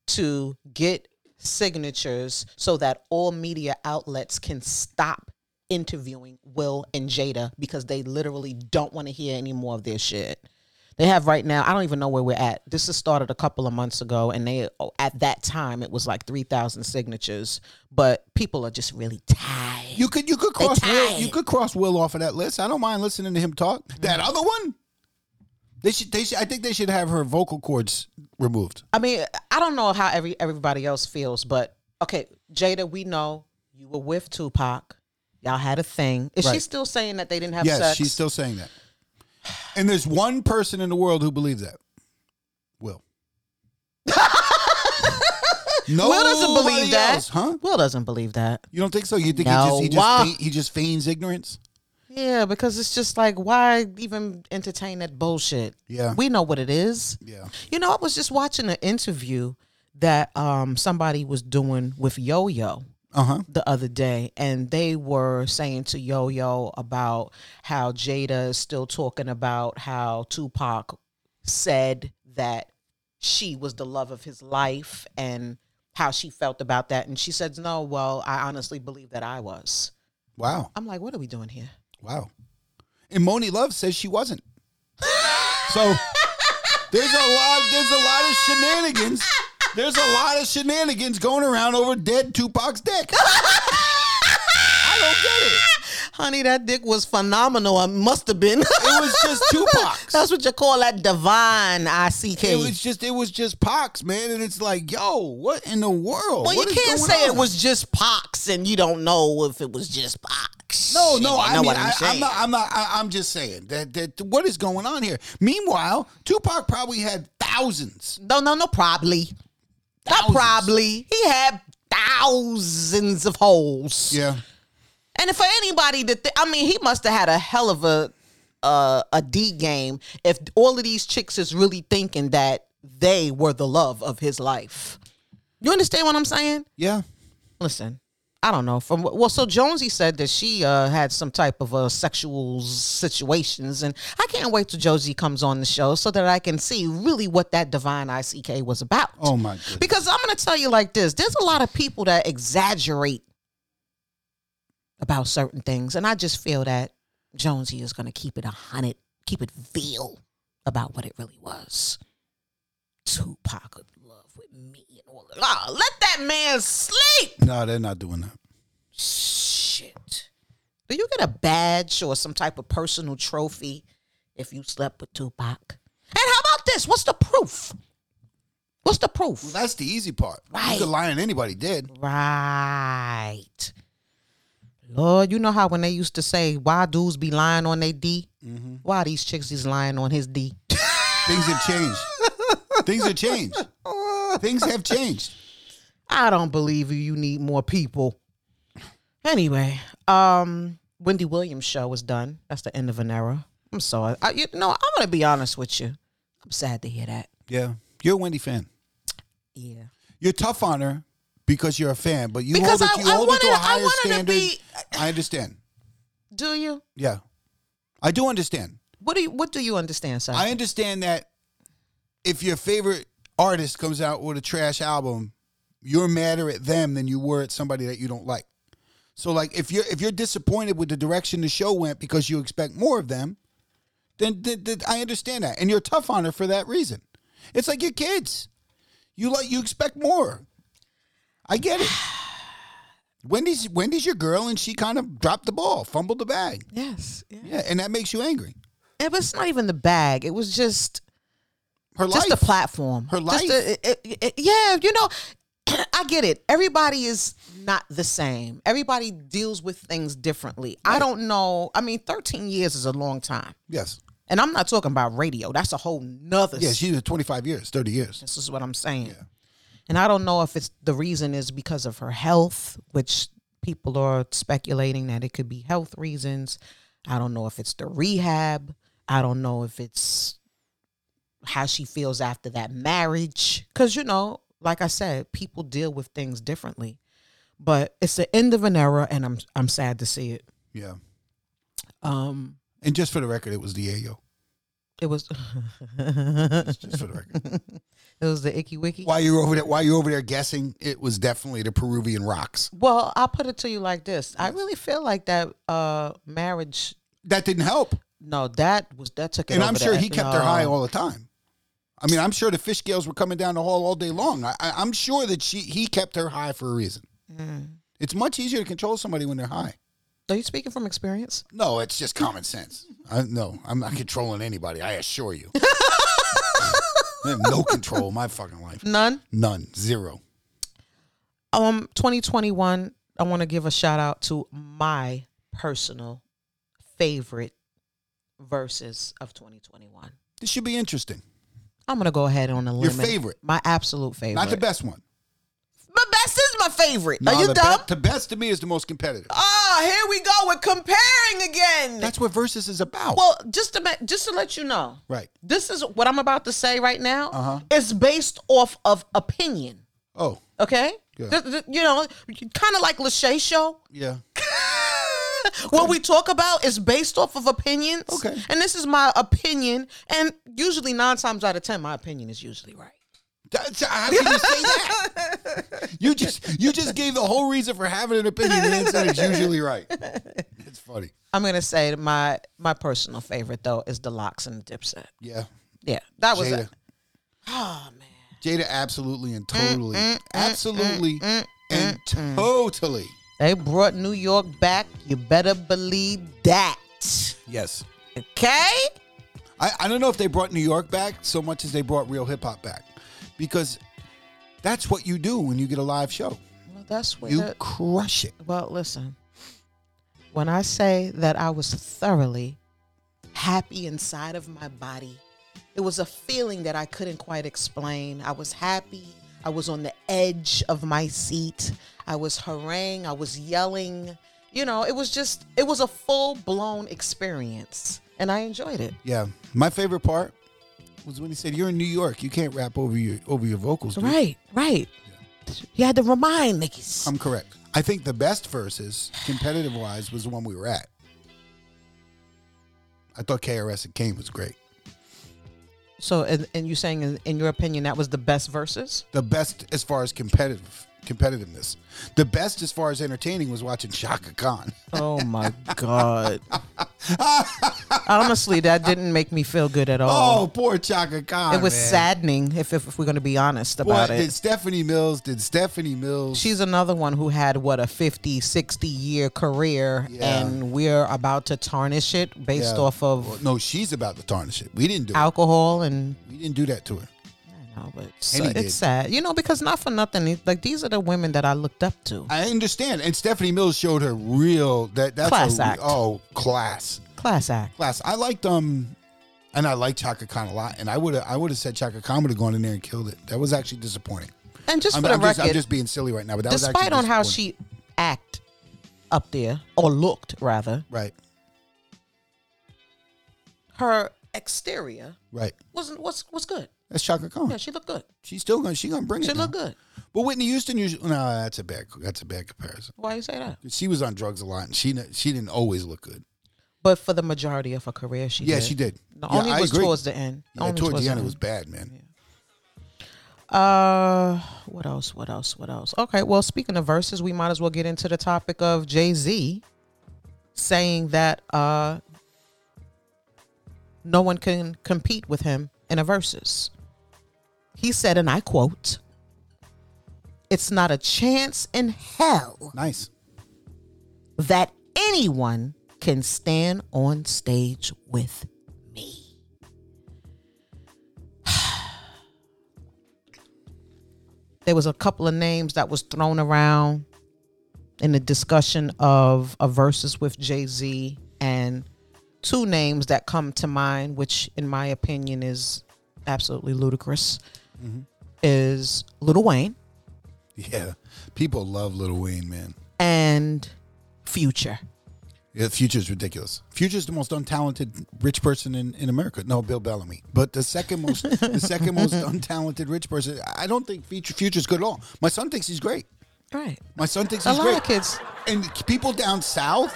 A: to get signatures so that all media outlets can stop interviewing Will and Jada because they literally don't want to hear any more of their shit. They have right now, I don't even know where we're at. This has started a couple of months ago, and they, oh, at that time, it was like 3,000 signatures, but people are just really tired.
B: You could you could cross
A: tied.
B: Will,
A: Mm-hmm.
B: you could cross Will off of that list. I don't mind listening to him talk. That other one, they should they should, I think they should have her vocal cords removed.
A: I mean, I don't know how every everybody else feels, but okay, Jada, we know you were with Tupac. Y'all had a thing. Is she
B: Right.
A: still saying that they didn't have
B: yes,
A: sex?
B: she's still saying that. And there's one person in the world who believes that. Will. no,
A: Will doesn't believe that.
B: else, Oh, huh?
A: Will doesn't believe that.
B: You don't think so? You think
A: No.
B: he just he just,
A: Why?
B: feign, he just feigns ignorance?
A: Yeah, because it's just like, why even entertain that bullshit?
B: Yeah.
A: we know what it is.
B: Yeah.
A: You know, I was just watching an interview that um somebody was doing with Yo Yo.
B: Uh huh.
A: the other day and they were saying to Yo Yo about how Jada is still talking about how Tupac said that she was the love of his life and how she felt about that. And she said, No, well, I honestly believe that I was.
B: Wow.
A: I'm like, What are we doing here?
B: Wow. And Moni Love says she wasn't. so there's a lot there's a lot of shenanigans. There's a lot of shenanigans going around over dead Tupac's dick. I don't get it.
A: Honey, that dick was phenomenal. I must have been.
B: It was just Tupac.
A: That's what you call that divine I C
B: It
A: K.
B: was just it was just pox, man. And it's like, yo, what in the world?
A: Well,
B: What
A: you
B: is
A: can't
B: going
A: say it
B: on?
A: was just pox, and you don't know if it was just pox.
B: No,
A: You
B: no,
A: don't
B: I
A: know
B: mean,
A: what
B: I, I'm not, I'm not, I, I'm just saying that, that what is going on here? Meanwhile, Tupac probably had thousands.
A: No, no, no, probably. Not
B: Thousands.
A: probably. He had thousands of holes.
B: Yeah.
A: And for anybody that, th- I mean, he must have had a hell of a uh, a D game if all of these chicks is really thinking that they were the love of his life. You understand what I'm saying?
B: Yeah.
A: Listen, I don't know. From well, so Jonesy said that she uh, had some type of uh, sexual situations, and I can't wait till Josie comes on the show so that I can see really what that divine ICK was about.
B: Oh my goodness.
A: Because I'm going to tell you like this: there's a lot of people that exaggerate about certain things, and I just feel that Jonesy is going to keep it a hundred, keep it real about what it really was. Tupac of love with me and all that. Ah, let that man sleep.
B: No, they're not doing that.
A: Shit. Do you get a badge or some type of personal trophy if you slept with Tupac. And how about this? What's the proof? What's the proof?
B: That's the easy part.
A: Right.
B: You could lie on anybody dead.
A: Right. Lord, you know how when they used to say, why dudes be lying on their D? Why these chicks is lying on his D?
B: Things have changed. Things have changed. Things have changed.
A: I don't believe you. You need more people. Anyway, um, Wendy Williams' show was done. That's the end of an era. I'm sorry. I, you know, I'm gonna be honest with you. I'm sad to hear that.
B: Yeah. You're a Wendy fan.
A: Yeah,
B: You're tough on her because you're a fan, but you
A: Because
B: hold
A: I-
B: it, you
A: I
B: hold it to a
A: wanted- I
B: higher
A: wanted to
B: standard.
A: be-
B: I understand.
A: do you?
B: Yeah. I do understand.
A: What do you? What do you understand, sir?
B: I understand that if your favorite artist comes out with a trash album, you're madder at them than you were at somebody that you don't like. So like if you're if you're disappointed with the direction the show went because you expect more of them, then, then, then I understand that, and you're tough on her for that reason. It's like your kids. You like you expect more. I get it. Wendy's Wendy's your girl, and she kind of dropped the ball, fumbled the bag.
A: yes. Yeah.
B: Yeah, and that makes you angry.
A: It was not even the bag. It was just
B: Her
A: just
B: life.
A: the platform.
B: Her
A: Just
B: life.
A: the- it- it- it- yeah, you know, I get it. Everybody is not the same. Everybody deals with things differently. I don't know. I mean, 13 years is a long time.
B: yes.
A: And I'm not talking about radio. That's a whole nother.
B: Yeah, she's been 25 years, 30 years.
A: This is what I'm saying. And I don't know if it's the reason is because of her health, which people are speculating that it could be health reasons. I don't know if it's the rehab. I don't know if it's how she feels after that marriage. Because, you know, like I said, people deal with things differently. But it's the end of an era, and I'm I'm sad to see it.
B: Yeah.
A: Um,
B: And just for the record, it was Diego.
A: it was
B: Just for the record.
A: it was the icky wicky.
B: while you're over there, while you're over there guessing, it was definitely the Peruvian rocks.
A: Well, I'll put it to you like this. I really feel like that uh marriage
B: That didn't help.
A: no, that was that took it.
B: And I'm
A: over
B: sure
A: the-
B: he kept her
A: no.
B: high all the time. I mean, I'm sure the fish scales were coming down the hall all day long. I, I, I'm sure that she he kept her high for a reason.
A: Mm.
B: It's much easier to control somebody when they're high.
A: Are you speaking from experience?
B: No, it's just common sense. I, no, I'm not controlling anybody. I assure you. I have no control in my fucking life.
A: None.
B: None. Zero.
A: Um 2021, I want to give a shout out to my personal favorite verses of 2021.
B: This should be interesting.
A: I'm going to go ahead on a
B: Your
A: limit.
B: favorite.
A: My absolute favorite.
B: Not the best one.
A: My best is my favorite.
B: No,
A: Are you
B: the
A: dumb?
B: Be- the best to me is the most competitive.
A: oh, here we go. We're comparing again.
B: That's what versus is about.
A: well, just to ma- just to let you know.
B: right.
A: this is what I'm about to say right now.
B: Uh-huh.
A: It's based off of opinion.
B: Oh,
A: Okay,
B: Yeah.
A: Th- th- you know, kind of like Lachey show.
B: yeah.
A: What we talk about is based off of opinions.
B: Okay.
A: and this is my opinion, and usually nine times out of ten, my opinion is usually right.
B: That's, how can you say that? You just you just gave the whole reason for having an opinion and then said it's usually right. It's funny.
A: I'm gonna say that my my personal favorite though is the locks and the dipset.
B: Yeah.
A: Yeah, that was
B: Jada.
A: it. Oh man, Mm,
B: Jada absolutely and totally. absolutely and totally.
A: they brought New York back. You better believe that.
B: Yes.
A: Okay.
B: I, I don't know if they brought New York back so much as they brought real hip hop back. Because that's what you do when you get a live show.
A: Well, that's where.
B: You
A: the-
B: crush it.
A: well, listen. When I say that I was thoroughly happy inside of my body, it was a feeling that I couldn't quite explain. I was happy. I was on the edge of my seat. I was haranguing. I was yelling. You know, it was just, it was a full blown experience. And I enjoyed it.
B: Yeah, my favorite part was when he said, "You're in New York. You can't rap over your over your vocals." Dude.
A: Right, right. You had to remind niggas.
B: I'm correct. I think the best verses, competitive wise, was the one we were at. I thought KRS and Kane was great.
A: so, and, and you saying, in, in your opinion, that was the best verses?
B: The best as far as competitive competitiveness. The best as far as entertaining was watching Shaka Khan.
A: Oh my Oh God. Honestly, that didn't make me feel good at all.
B: Oh, poor Chaka Khan.
A: it was
B: man.
A: saddening, if, if, if we're going to be honest
B: What
A: about it.
B: did Stephanie Mills? Did Stephanie Mills?
A: She's another one who had what a 50, 60 year career,
B: Yeah.
A: and we're about to tarnish it based
B: Yeah.
A: off of
B: Well, no, she's about to tarnish it. We didn't do it.
A: alcohol and
B: We didn't do that to her.
A: I know, but it's,
B: And he did.
A: it's sad, you know, because not for nothing. Like these are the women that I looked up to,
B: I understand. And Stephanie Mills showed her real that that's
A: Class
B: a,
A: act.
B: Oh, class,
A: class act.
B: class. I liked um, and I liked Chaka Khan a lot. And I would have, I would have said Chaka Khan would have gone in there and killed it. That was actually disappointing.
A: And just
B: I'm,
A: for the
B: I'm
A: record,
B: just, I'm just being silly right now, but that was
A: despite
B: actually
A: on how
B: disappointing.
A: she act up there or looked rather,
B: right,
A: her exterior
B: right.
A: wasn't was was good.
B: That's Chaka Khan.
A: Yeah, she looked good.
B: She's still gonna she gonna bring
A: She
B: it.
A: looked
B: now.
A: good.
B: But Whitney Houston usually no, that's a bad that's a bad comparison.
A: Why you say that?
B: She was on drugs a lot, and she kn- she didn't always look good.
A: But for the majority of her career, she
B: Yeah,
A: did.
B: she did.
A: No,
B: yeah,
A: only
B: I
A: was
B: agree.
A: towards the end.
B: yeah,
A: only
B: towards the
A: end.
B: end, it was bad, man.
A: Uh, what else? What else? What else? Okay. Well, speaking of verses, we might as well get into the topic of Jay Z saying that uh, no one can compete with him in a verses. He said, and I quote, "It's not a chance in hell
B: Nice.
A: that anyone can stand on stage with me." there was a couple of names that was thrown around in the discussion of a versus with Jay-Z and two names that come to mind which in my opinion is absolutely ludicrous is Lil Wayne
B: Yeah, people love Little Wayne, man.
A: and Future.
B: Yeah, Future's ridiculous. Future's the most untalented rich person in, in America. No, Bill Bellamy, but the second most the second most untalented rich person. I don't think Future Future's good at all. My son thinks he's great.
A: Right.
B: My son thinks
A: A
B: he's
A: lot
B: great.
A: of kids
B: And people down south,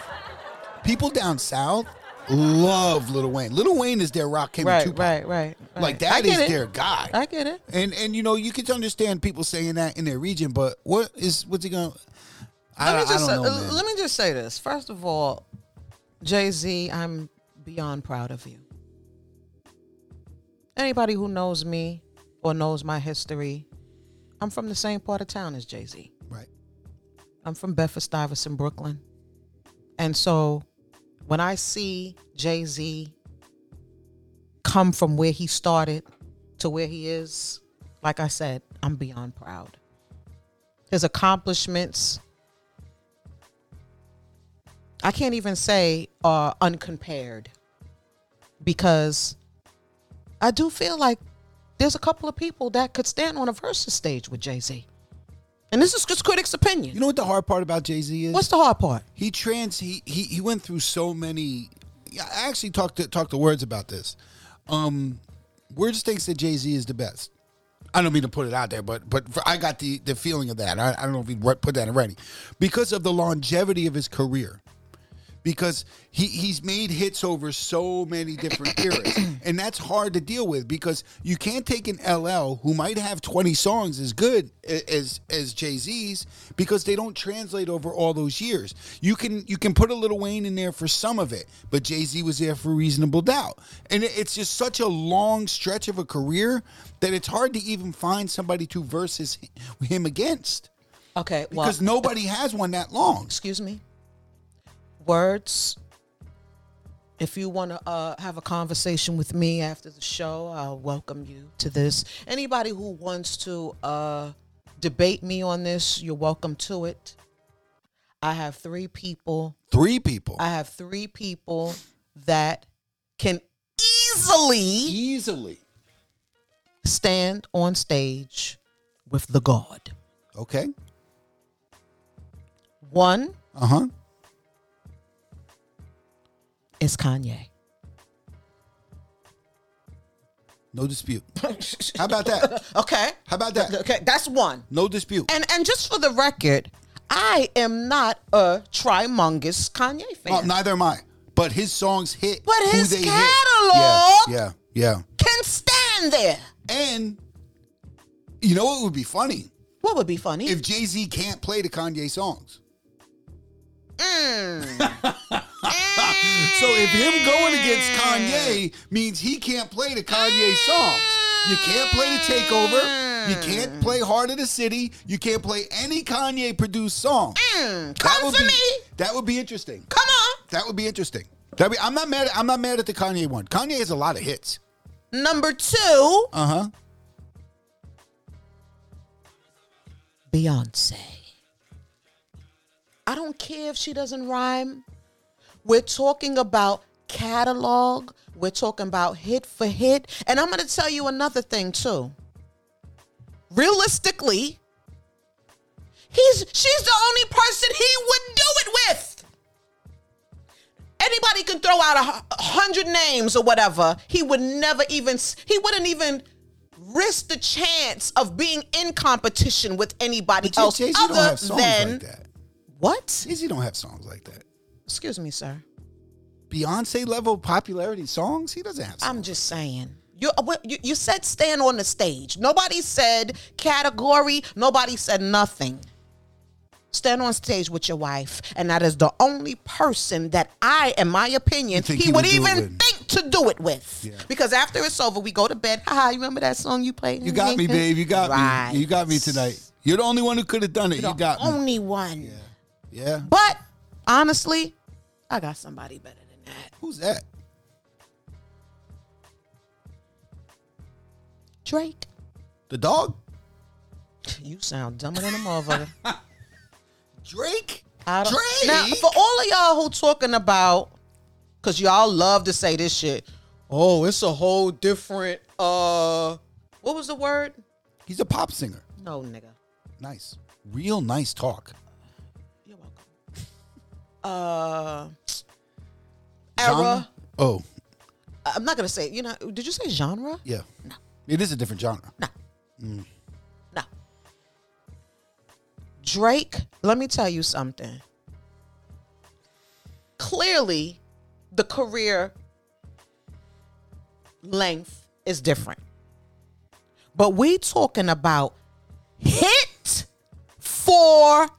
B: people down south love Little Wayne. Little Wayne is their rock. Him and
A: right,
B: Tupac.
A: right, right, right.
B: Like
A: I
B: that
A: get
B: is
A: it.
B: their guy.
A: I get it.
B: and and you know you can understand people saying that in their region, but what is what's he gonna? I,
A: let me
B: I
A: just
B: don't know,
A: uh,
B: man.
A: let me just say this. First of all, Jay Z, I'm beyond proud of you. Anybody who knows me or knows my history, I'm from the same part of town as Jay Z.
B: right.
A: I'm from Bedford Stuyvesant, Brooklyn, and so when I see Jay Z come from where he started to where he is, like I said, I'm beyond proud. His accomplishments, I can't even say are uncompared because I do feel like there's a couple of people that could stand on a versus stage with Jay Z. And this is just critics' opinion.
B: You know what the hard part about Jay Z is?
A: What's the hard part?
B: he trans he, he he went through so many. I actually talked to talked to words about this. Um, words thinks that Jay Z is the best. I don't mean to put it out there, but but for, I got the the feeling of that. I, I don't know if he put that in writing because of the longevity of his career. because he, he's made hits over so many different eras. And that's hard to deal with because you can't take an LL who might have 20 songs as good a- as as Jay-Z's because they don't translate over all those years. You can you can put a little Wayne in there for some of it, but Jay-Z was there for reasonable doubt. And it- it's just such a long stretch of a career that it's hard to even find somebody to versus him against
A: Okay, well,
B: because nobody has one that long.
A: excuse me. Words. If you want to uh, have a conversation with me after the show, I'll welcome you to this. Anybody who wants to uh, debate me on this, you're welcome to it. I have three people.
B: Three people.
A: I have three people that can easily
B: Easily.
A: stand on stage with the God.
B: Okay.
A: One
B: Uh huh.
A: is Kanye.
B: No dispute. How about that?
A: Okay.
B: How about that?
A: Okay, that's one.
B: No dispute.
A: And and just for the record, I am not a trimongous Kanye fan.
B: Oh, neither am I. But his songs hit.
A: But
B: who
A: his
B: they hit.
A: catalog-
B: Yeah, yeah, yeah.
A: Can stand there.
B: And you know what would be funny
A: What would be funny?
B: if Jay Z
A: Mm.
B: can't play the Kanye songs. So if him going against Kanye means he can't play the Kanye songs. You can't play the Takeover. You
A: Mm.
B: can't play Heart of the City. You can't play any Kanye produced song. That
A: Mm, Come
B: would
A: for
B: be
A: me.
B: that would be interesting.
A: Come on.
B: That would be interesting. That'd be, I'm not mad. I'm not mad at the Kanye one. Kanye has a lot of hits.
A: Number two,
B: Uh huh.
A: Beyonce. I don't care if she doesn't rhyme. We're talking about catalog. We're talking about hit for hit. And I'm going to tell you another thing too. Realistically, he's she's the only person he would do it with. Anybody can throw out a hu- a hundred names or whatever. He would never even. s- He wouldn't even risk the chance of being in competition with anybody else
B: Jay Z don't
A: Oh, other
B: have songs
A: than
B: like that.
A: what?
B: Jay Z don't have songs like that.
A: Excuse me, sir.
B: Beyonce level popularity songs. He doesn't have. Songs.
A: I'm just saying. You, uh, what- you you said stand on the stage. Nobody said category. Nobody said nothing. Stand on stage with your wife, and that is the only person that I, in my opinion,
B: think
A: he,
B: he
A: would,
B: would do it
A: even
B: with?
A: think to do it with.
B: Yeah.
A: Because after it's over, we go to bed. Haha, you remember that song you played?
B: You got me, babe. You got
A: Right.
B: me. You got me tonight. You're the only one who could have done it.
A: The
B: you got me.
A: only one.
B: Yeah.
A: But honestly, I got somebody better than that.
B: Who's that?
A: Drake.
B: The dog?
A: You sound dumber than a mother.
B: Drake?
A: I don't-
B: Drake?
A: Now, for all of y'all who talking about, because y'all love to say this shit. Oh, it's a whole different. uh What was the word?
B: He's a pop singer.
A: No, nigga.
B: Nice. Real nice talk.
A: You're welcome. Uh,
B: Genre?
A: era.
B: Oh,
A: I'm not gonna say. You know, did you say genre?
B: yeah. It is a different genre.
A: No. Drake, let me tell you something. Clearly, the career length is different. But we talking about hit for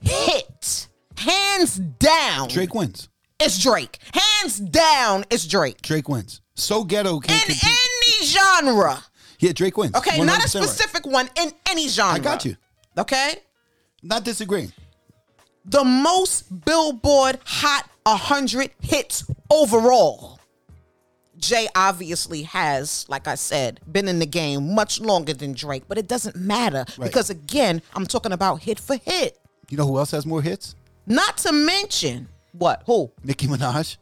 A: hit. Hands down.
B: Drake wins.
A: It's Drake. Hands down, it's Drake.
B: Drake wins. So ghetto
A: In
B: can't compete.
A: any genre.
B: yeah, Drake wins.
A: Okay, not a
B: 100% right.
A: specific one in any genre.
B: I got you.
A: Okay?
B: Not disagreeing.
A: the most Billboard Hot 100 hits overall. Jay obviously has, like I said, been in the game much longer than Drake, but it doesn't matter
B: Right.
A: because, again, I'm talking about hit for hit.
B: You know who else has more hits?
A: Not to mention what? Who?
B: Nicki Minaj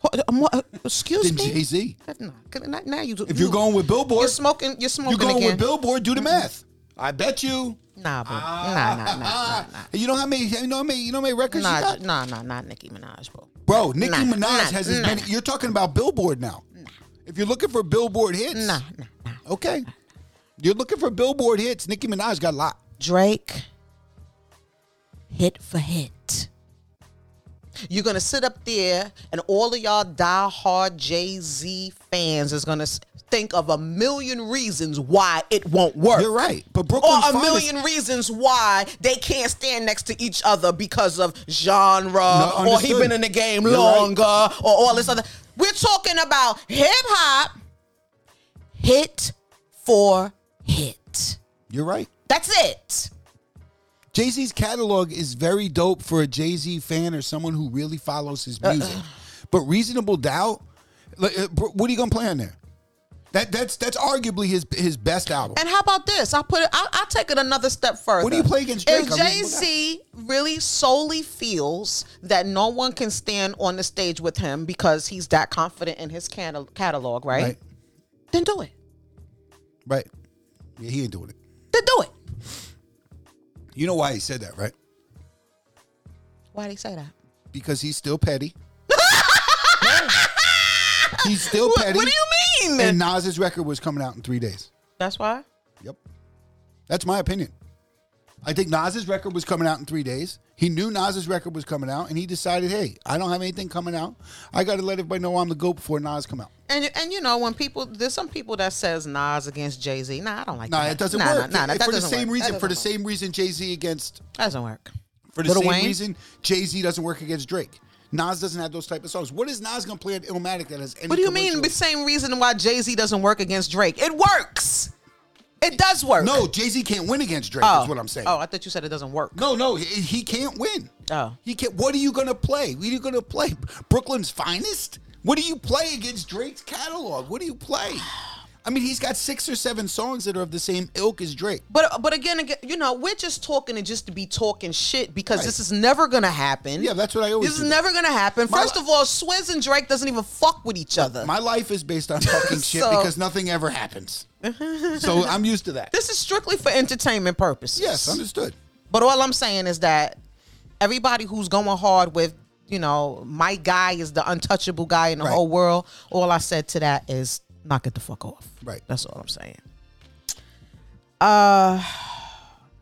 A: Who- um, what- uh, Excuse
B: than
A: me.
B: Jay Z.
A: That's not- can- not- now you.
B: If you're going with Billboard,
A: you're smoking. You're smoking
B: you're going
A: again. Mm-hmm.
B: with Billboard, do the math. I bet you. Ah,
A: nah, bro. Nah, nah, nah, nah, nah.
B: You know how many? You know how many? You know how many records she
A: Nah,
B: got?
A: nah, nah, not Nicki Minaj, bro.
B: Bro, Nicki
A: Nah,
B: Minaj
A: nah,
B: has as
A: nah.
B: many. You're talking about Billboard now. If you're looking for Billboard hits,
A: Nah, nah, nah.
B: okay. You're looking for Billboard hits. Nicki Minaj got a lot.
A: Drake, hit for hit. You're gonna sit up there, and all of y'all diehard Jay Z fans is gonna s- think of a million reasons why it won't work.
B: You're right, but
A: Or
B: Brooklyn
A: a
B: Finest-
A: million reasons why they can't stand next to each other because of genre, or he
B: understood.
A: been in the game
B: You're right.
A: longer, or all this other. We're talking about hip hop, hit for hit.
B: You're right.
A: That's it.
B: Jay Z's catalog is very dope for a Jay Z fan or someone who really follows his
A: Uh-uh.
B: music. but Reasonable Doubt, like, uh, bro, what are you gonna play on there? That that's that's arguably his his best album.
A: And how about this? I'll put it. I'll, I'll take it another step further.
B: What do you play against
A: If
B: Drake? I
A: Jay
B: mean,
A: Z really solely feels that no one can stand on the stage with him because he's that confident in his cata- catalog, right?
B: right,
A: Then do it.
B: right. Yeah, he ain't doing it.
A: Then do it.
B: You know why he said that, right?
A: Why do you say that?
B: because he's still petty. he's still
A: What,
B: petty.
A: what do you mean?
B: And Nas's record was coming out in three days.
A: That's why.
B: Yep, that's my opinion. I think Nas's record was coming out in three days. He knew Nas's record was coming out, and he decided, "Hey, I don't have anything coming out. I got to let everybody know I'm the goat before Nas come out."
A: And and you know when people there's some people that says Nas against Jay Z. Nah, I don't like
B: Nah,
A: that.
B: it doesn't
A: nah,
B: work.
A: Nah, nah, that
B: for the
A: doesn't
B: same
A: work.
B: reason.
A: That
B: For the
A: doesn't work.
B: same reason, Jay Z against
A: That doesn't work.
B: for the
A: Lil
B: same
A: Wayne?
B: reason Jay Z doesn't work against Drake. Nas doesn't have those type of songs. What is Nas gonna play at Illmatic that has any?
A: What do you mean? The
B: commercials?
A: same reason why Jay Z doesn't work against Drake. It works. It does work.
B: No, Jay Z can't win against Drake.
A: Oh.
B: Is what I'm saying.
A: Oh, I thought you said it doesn't work.
B: No, no, he, he can't win.
A: Oh.
B: he can't. What are you gonna play? What are you gonna play? Brooklyn's finest. What do you play against Drake's catalog? What do you play? I mean, he's got six or seven songs that are of the same ilk as Drake.
A: But but again, again, you know, we're just talking and just to be talking shit because
B: Right.
A: this is never gonna happen.
B: Yeah, that's what I always
A: This is
B: do.
A: never gonna happen.
B: My
A: First
B: li-
A: of all, Swizz and Drake doesn't even fuck with each other.
B: My life is based on fucking shit
A: So-
B: because nothing ever happens. so I'm used to that.
A: this is strictly for entertainment purposes.
B: Yes, understood.
A: But all I'm saying is that everybody who's going hard with, you know, my guy is the untouchable guy in the
B: Right.
A: whole world. All I said to that is knock it the fuck off.
B: Right.
A: That's all I'm saying. Uh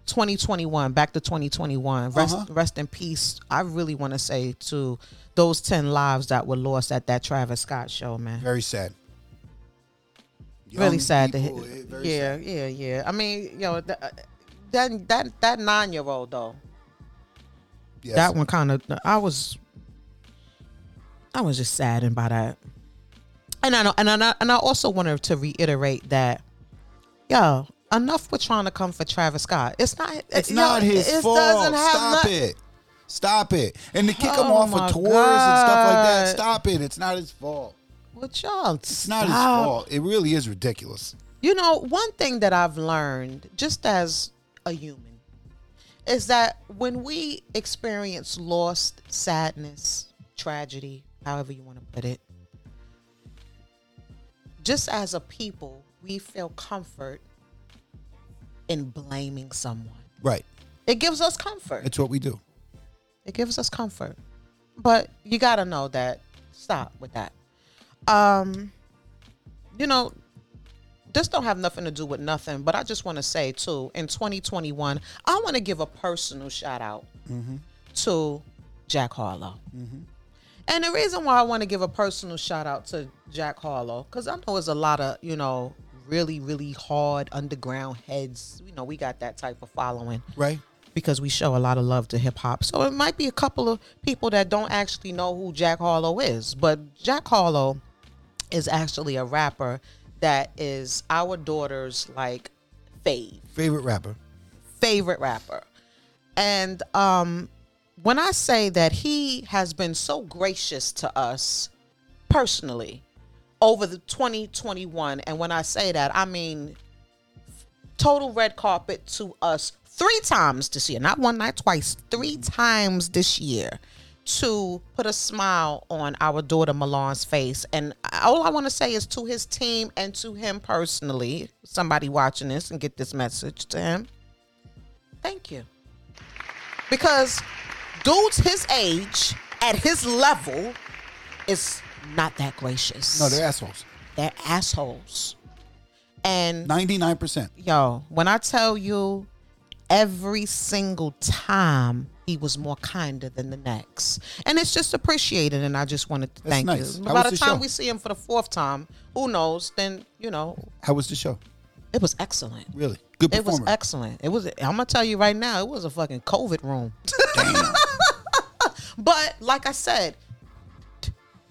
A: 2021, back to 2021. Rest
B: Uh-huh.
A: rest in peace. I really want to say to those 10 lives that were lost at that Travis Scott show, man
B: Very sad.
A: really
B: Young
A: sad to
B: people,
A: hit.
B: eh, very
A: Yeah,
B: sad.
A: yeah, yeah. I mean, yo, th- uh, that that that nine year old though,
B: Yes.
A: that one kind of. I was, I was just saddened by that. And I know, and I and I also wanted to reiterate that, yo, enough with trying to come for Travis Scott. It's not.
B: It's
A: yo,
B: not his
A: it
B: fault.
A: doesn't have
B: Stop
A: noth-
B: it. Stop it. And to kick him
A: Oh
B: off
A: my
B: of tours and stuff like that.
A: God.
B: Stop it. It's not his fault.
A: What y'all?
B: It's not his fault. It really is ridiculous.
A: You know, one thing that I've learned just as a human is that when we experience loss, sadness, tragedy, however you want to put it, just as a people, we feel comfort in blaming someone.
B: Right.
A: It gives us comfort.
B: It's what we do.
A: It gives us comfort. But you gotta know that stop with that. Um, you know, this don't have nothing to do with nothing, but I just wanna say too, in 2021, I wanna give a personal shout out to Jack Harlow. And the reason why I want to give a personal shout out to Jack Harlow, because I know there's a lot of, you know, really, really hard underground heads. You know, we got that type of following
B: Right.
A: because we show a lot of love to hip hop. So it might be a couple of people that don't actually know who Jack Harlow is, but Jack Harlow is actually a rapper that is our daughter's like fave
B: Favorite rapper.
A: favorite rapper. And um, when I say that he has been so gracious to us personally over the 2021, and when I say that, I mean total red carpet to us three times this year, not one night, twice, three times this year to put a smile on our daughter Milan's face. And all I want to say is to his team and to him personally, somebody watching this and get this message to him. Thank you. Because dudes his age at his level is not that gracious.
B: No, they're assholes.
A: they're assholes. And
B: 99%.
A: yo, when I tell you every single time he was more kinder than the next. And it's just appreciated and I just wanted to thank
B: nice.
A: you.
B: How
A: By
B: was
A: the
B: the
A: time
B: show?
A: we see him for the fourth time, who knows, then you know,
B: How was the show?
A: it was excellent.
B: Really? Good
A: It was
B: performer.
A: excellent. It was. I'm gonna tell you right now, it was a fucking COVID room. but like I said,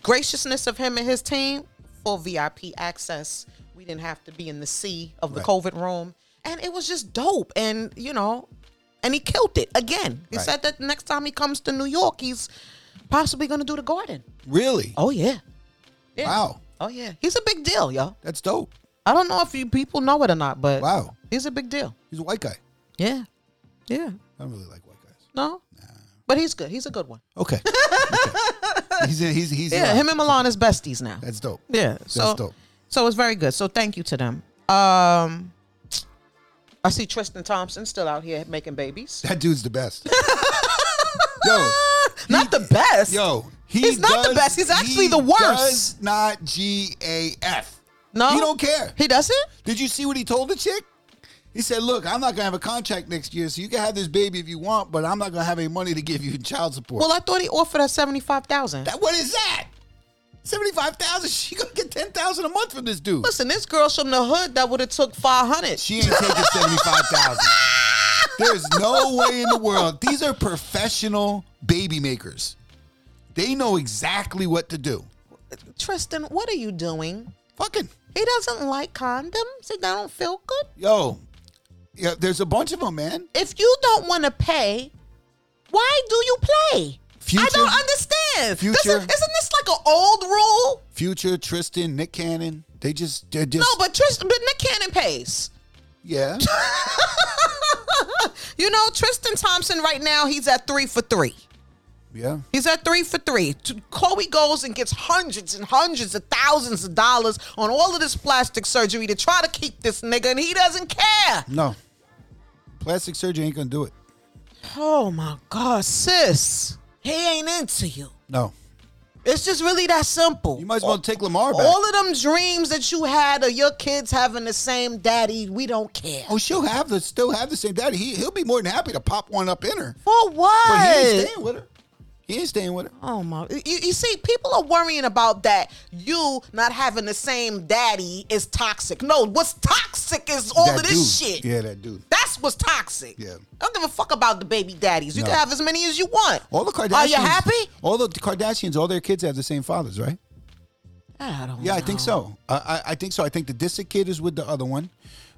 A: graciousness of him and his team for VIP access. We didn't have to be in the sea of the
B: Right.
A: COVID room, and it was just dope. And you know, and he killed it again. He
B: Right.
A: said that next time he comes to New York, he's possibly gonna do the Garden.
B: really?
A: Oh yeah. yeah.
B: Wow.
A: Oh yeah. He's a big deal, yo.
B: That's dope.
A: I don't know if you people know it or not, but
B: Wow.
A: he's a big deal.
B: He's a white guy.
A: Yeah. Yeah.
B: I don't really like white guys.
A: No. But he's good. He's a good one.
B: Okay. okay. He's, he's, he's,
A: Yeah, him and Milan is besties now.
B: That's dope.
A: Yeah. So
B: dope.
A: so it's very good. So thank you to them. Um I see Tristan Thompson still out here making babies.
B: That dude's the best. yo,
A: Not the best.
B: yo, he
A: He's not the
B: does-
A: best. He's actually
B: he
A: the worst.
B: Does not G A F.
A: No.
B: he don't care.
A: He doesn't?
B: Did you see what he told the chick? He said, "Look, I'm not gonna have a contract next year, so you can have this baby if you want, but I'm not gonna have any money to give you in child support."
A: Well, I thought he offered us 75,000.
B: that, what is that? Seventy-five thousand. She gonna get ten thousand a month from this dude.
A: Listen, this girl's from the hood that would have took 500.
B: She ain't taking seventy-five thousand. There's no way in the world. These are professional baby makers. They know exactly what to do.
A: Tristan, what are you doing?
B: Fucking
A: He doesn't like condoms. They don't feel good.
B: yo, yeah. There's a bunch of them, man.
A: If you don't want to pay, why do you play? I
B: Future-
A: don't understand. This is-
B: Future-
A: isn't this like an old rule?
B: Future, Tristan, Nick Cannon. They just they're just
A: No, but Tristan, but Nick Cannon pays.
B: yeah.
A: You know, Tristan Thompson right now, he's at three for three.
B: Yeah.
A: He's at three for three. T- Chloe goes and gets hundreds and hundreds of thousands of dollars on all of this plastic surgery to try to keep this nigga, and he doesn't care.
B: No. Plastic surgery ain't gonna do it.
A: Oh my God, sis. He ain't into you.
B: No.
A: It's just really that simple.
B: You might as well take Lamar back.
A: all of them dreams that you had of your kids having the same daddy, we don't care.
B: oh, she'll have the still have the same daddy. He he'll be more than happy to pop one up in her.
A: For what?
B: But he ain't staying with her. He ain't staying with her.
A: Oh my! You, you see, people are worrying about that. You not having the same daddy is toxic. No, what's toxic is all
B: That
A: of this
B: dude.
A: shit.
B: Yeah, that dude.
A: That's what's toxic.
B: Yeah.
A: I don't give a fuck about the baby daddies. You
B: No.
A: can have as many as you want.
B: All the Kardashians.
A: Are you happy?
B: All the Kardashians, all their kids have the same fathers, right?
A: I don't.
B: Yeah, I think
A: know.
B: so. I, I, I think so. I think the Disick kid is with the other one.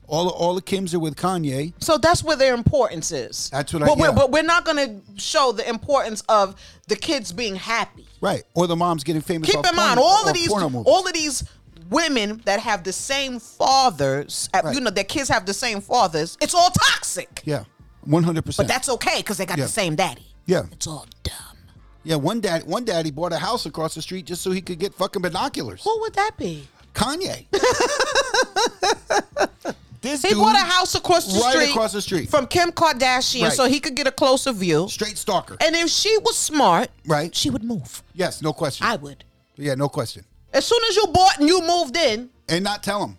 B: All all the Kims are with Kanye.
A: So that's where their importance is.
B: That's what I-
A: but We're,
B: yeah.
A: but we're not going to show the importance of the kids being happy.
B: Right. Or the mom's getting famous.
A: Keep
B: off
A: in mind,
B: porno-
A: all of
B: off
A: these,
B: porno movies.
A: all of these women that have the same fathers, uh,
B: Right.
A: you know, their kids have the same fathers. It's all toxic.
B: yeah, one hundred percent.
A: But that's okay because they got
B: Yeah.
A: the same daddy.
B: Yeah.
A: It's all dumb.
B: yeah. One dad, one daddy bought a house across the street just so he could get fucking binoculars.
A: Who would that be?
B: Kanye. this
A: He
B: dude,
A: bought a house across the
B: right
A: street.
B: across the street.
A: From Kim Kardashian
B: Right.
A: so he could get a closer view.
B: straight stalker.
A: And if she was smart,
B: Right.
A: she would move.
B: Yes, no question.
A: I would.
B: yeah, no question.
A: As soon as you bought and you moved in,
B: And not tell him.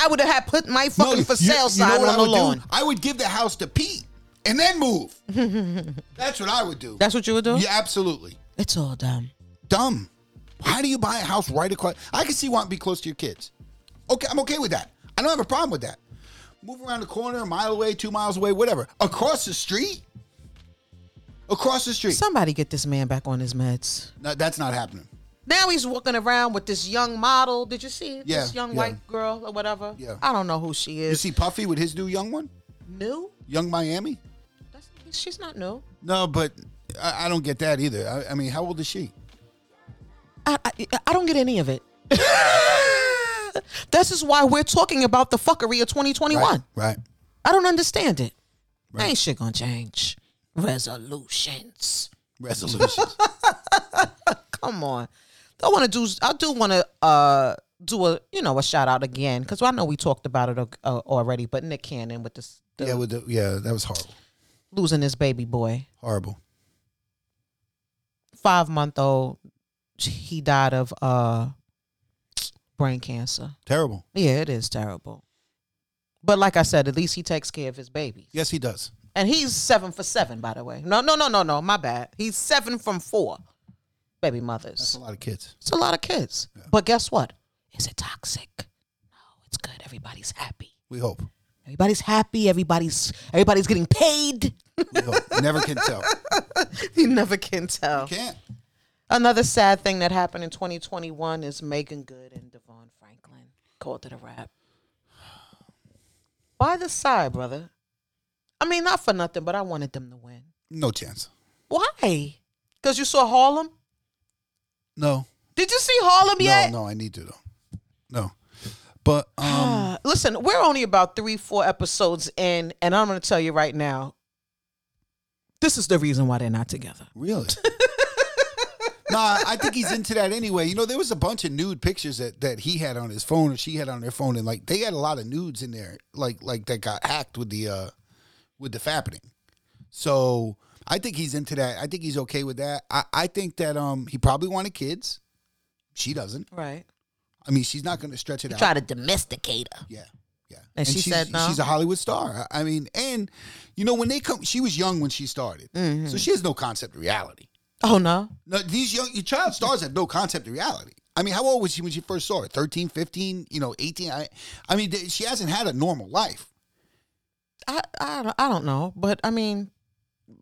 A: I would have had put my fucking
B: No,
A: for
B: you-
A: sale
B: you know
A: sign on
B: what I
A: the
B: would do?
A: lawn.
B: I would give the house to Pete and then move. That's what I would do.
A: That's what you would do?
B: yeah, absolutely.
A: It's all dumb.
B: Dumb. Why do you buy a house right across? I can see wanting to be close to your kids. Okay, I'm okay with that. I don't have a problem with that. Move around the corner, a mile away, two miles away, whatever. Across the street. Across the street.
A: Somebody get this man back on his meds.
B: No, that's not happening.
A: Now he's walking around with this young model. Did you see it?
B: Yeah,
A: this young
B: yeah.
A: white girl or whatever?
B: Yeah.
A: I don't know who she
B: You
A: is.
B: see Puffy with his new young one,
A: new?
B: Young Miami.
A: That's, she's not new.
B: No, but I, I don't get that either. I, I mean, how old is she?
A: I, I, I don't get any of it. this is why we're talking about the fuckery of 2021.
B: Right, right.
A: I don't understand it.
B: Right.
A: Ain't shit gonna change. Resolutions.
B: Resolutions.
A: Come on. I want to do. I do want to uh do a you know a shout out again because I know we talked about it uh, already. But Nick Cannon with this the,
B: yeah, with the, yeah, that was horrible.
A: losing his baby boy,
B: Horrible.
A: five month old. He died of uh brain cancer.
B: Terrible.
A: Yeah, it is terrible. But like I said, at least he takes care of his baby.
B: Yes, he does.
A: And he's seven for seven, by the way. No, no, no, no, no. My bad. He's seven from four baby
B: That's
A: mothers.
B: a lot of kids.
A: It's a lot of kids. But guess what? Is it toxic? No, it's good. Everybody's happy.
B: We hope.
A: Everybody's happy. Everybody's everybody's getting paid.
B: We hope. Never can tell.
A: you never can tell.
B: Can't.
A: Another sad thing that happened in 2021 is Megan Good and Devon Franklin called it a wrap. By the side, brother. I mean, not for nothing, but I wanted them to win.
B: No chance.
A: Why? Because you saw Harlem?
B: No.
A: Did you see Harlem yet?
B: No, no, I need to though. No. But um
A: Uh, listen, we're only about three, four episodes in, and I'm going to tell you right now this is the reason why they're not together.
B: really. Nah, I think he's into that anyway. You know, there was a bunch of nude pictures that, that he had on his phone or she had on their phone, and like they had a lot of nudes in there, like like that got hacked with the uh with the fapping. So I think he's into that. I think he's okay with that. I, I think that um he probably wanted kids. She doesn't.
A: Right.
B: I mean, she's not going to stretch it out.
A: Try to domesticate her.
B: Yeah. Yeah.
A: And she
B: she's,
A: said no?
B: She's a Hollywood star. I I mean, and you know, when they come, she was young when she started. So she has no concept of reality.
A: Oh, no.
B: No, these young your child stars have no concept of reality. I mean, how old was she when she first saw it? 13, 15, you know, 18? I, I mean, th- she hasn't had a normal life.
A: I, I, don't- I don't know, but I mean,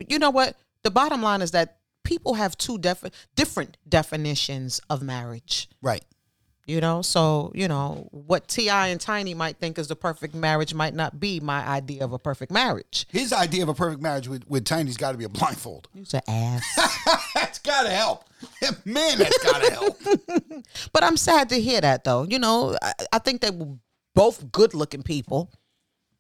A: you know what? The bottom line is that people have two defi- different definitions of marriage.
B: Right.
A: You know, so you know what Ti and Tiny might think is the perfect marriage might not be my idea of a perfect marriage.
B: His idea of a perfect marriage with, with Tiny's got to be a blindfold.
A: You's an ass.
B: that's got to help. Man, that's got to help.
A: but I'm sad to hear that though. You know, I, I think they were both good looking people.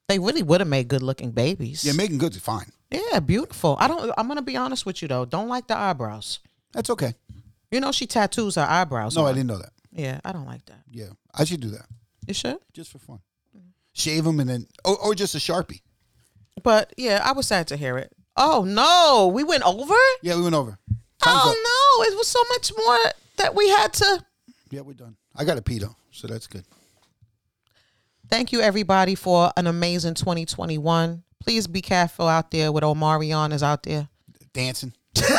A: They really would have made good looking babies.
B: Yeah, making goods is fine.
A: yeah, beautiful. I don't. I'm gonna be honest with you though. Don't like the eyebrows.
B: That's okay.
A: You know, she tattoos her eyebrows.
B: No,
A: on.
B: I didn't know that.
A: Yeah, I don't like that.
B: Yeah, I should do that
A: You should.
B: just for fun. Shave them and then, or, or just a sharpie.
A: But yeah, I was sad to hear it. Oh no, we went over.
B: Yeah, we went over. Time's up.
A: Oh no, it was so much more that we had to.
B: Yeah, we're done. I got a pee though, so that's good.
A: Thank you everybody for an amazing 2021. Please be careful out there. What Omarion is out there,
B: Dancing.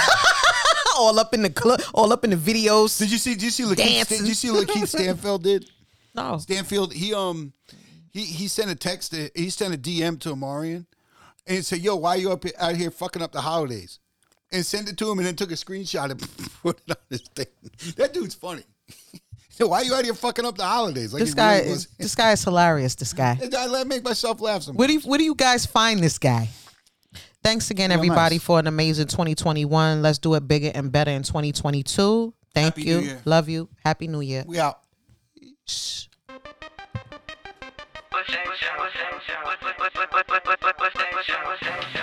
A: all up in the club, all up in the videos.
B: Did you see? Did you see? Lakeith,
A: Dancing.
B: did you see what Keith Stanfield did?
A: No,
B: Stanfield. He um, he he sent a text. To, he sent a DM to Amarian, and said, "Yo, why you up here, out here fucking up the holidays?" And sent it to him, and then took a screenshot and put it on his thing. That dude's funny. so why you out here fucking up the holidays? Like
A: this
B: it
A: guy
B: really
A: is this guy is hilarious. This guy.
B: was- I let make myself laugh. Some.
A: Where do you, where do you guys find this guy? Thanks again, everybody,
B: nice.
A: for an amazing 2021. Let's do it bigger and better in 2022. Thank
B: Happy
A: you.
B: New Year.
A: Love you. Happy New Year.
B: we out.
C: What's that? What's that? What's that? What's that? What's that? What's that? What's that? What's that? What's that? What's that?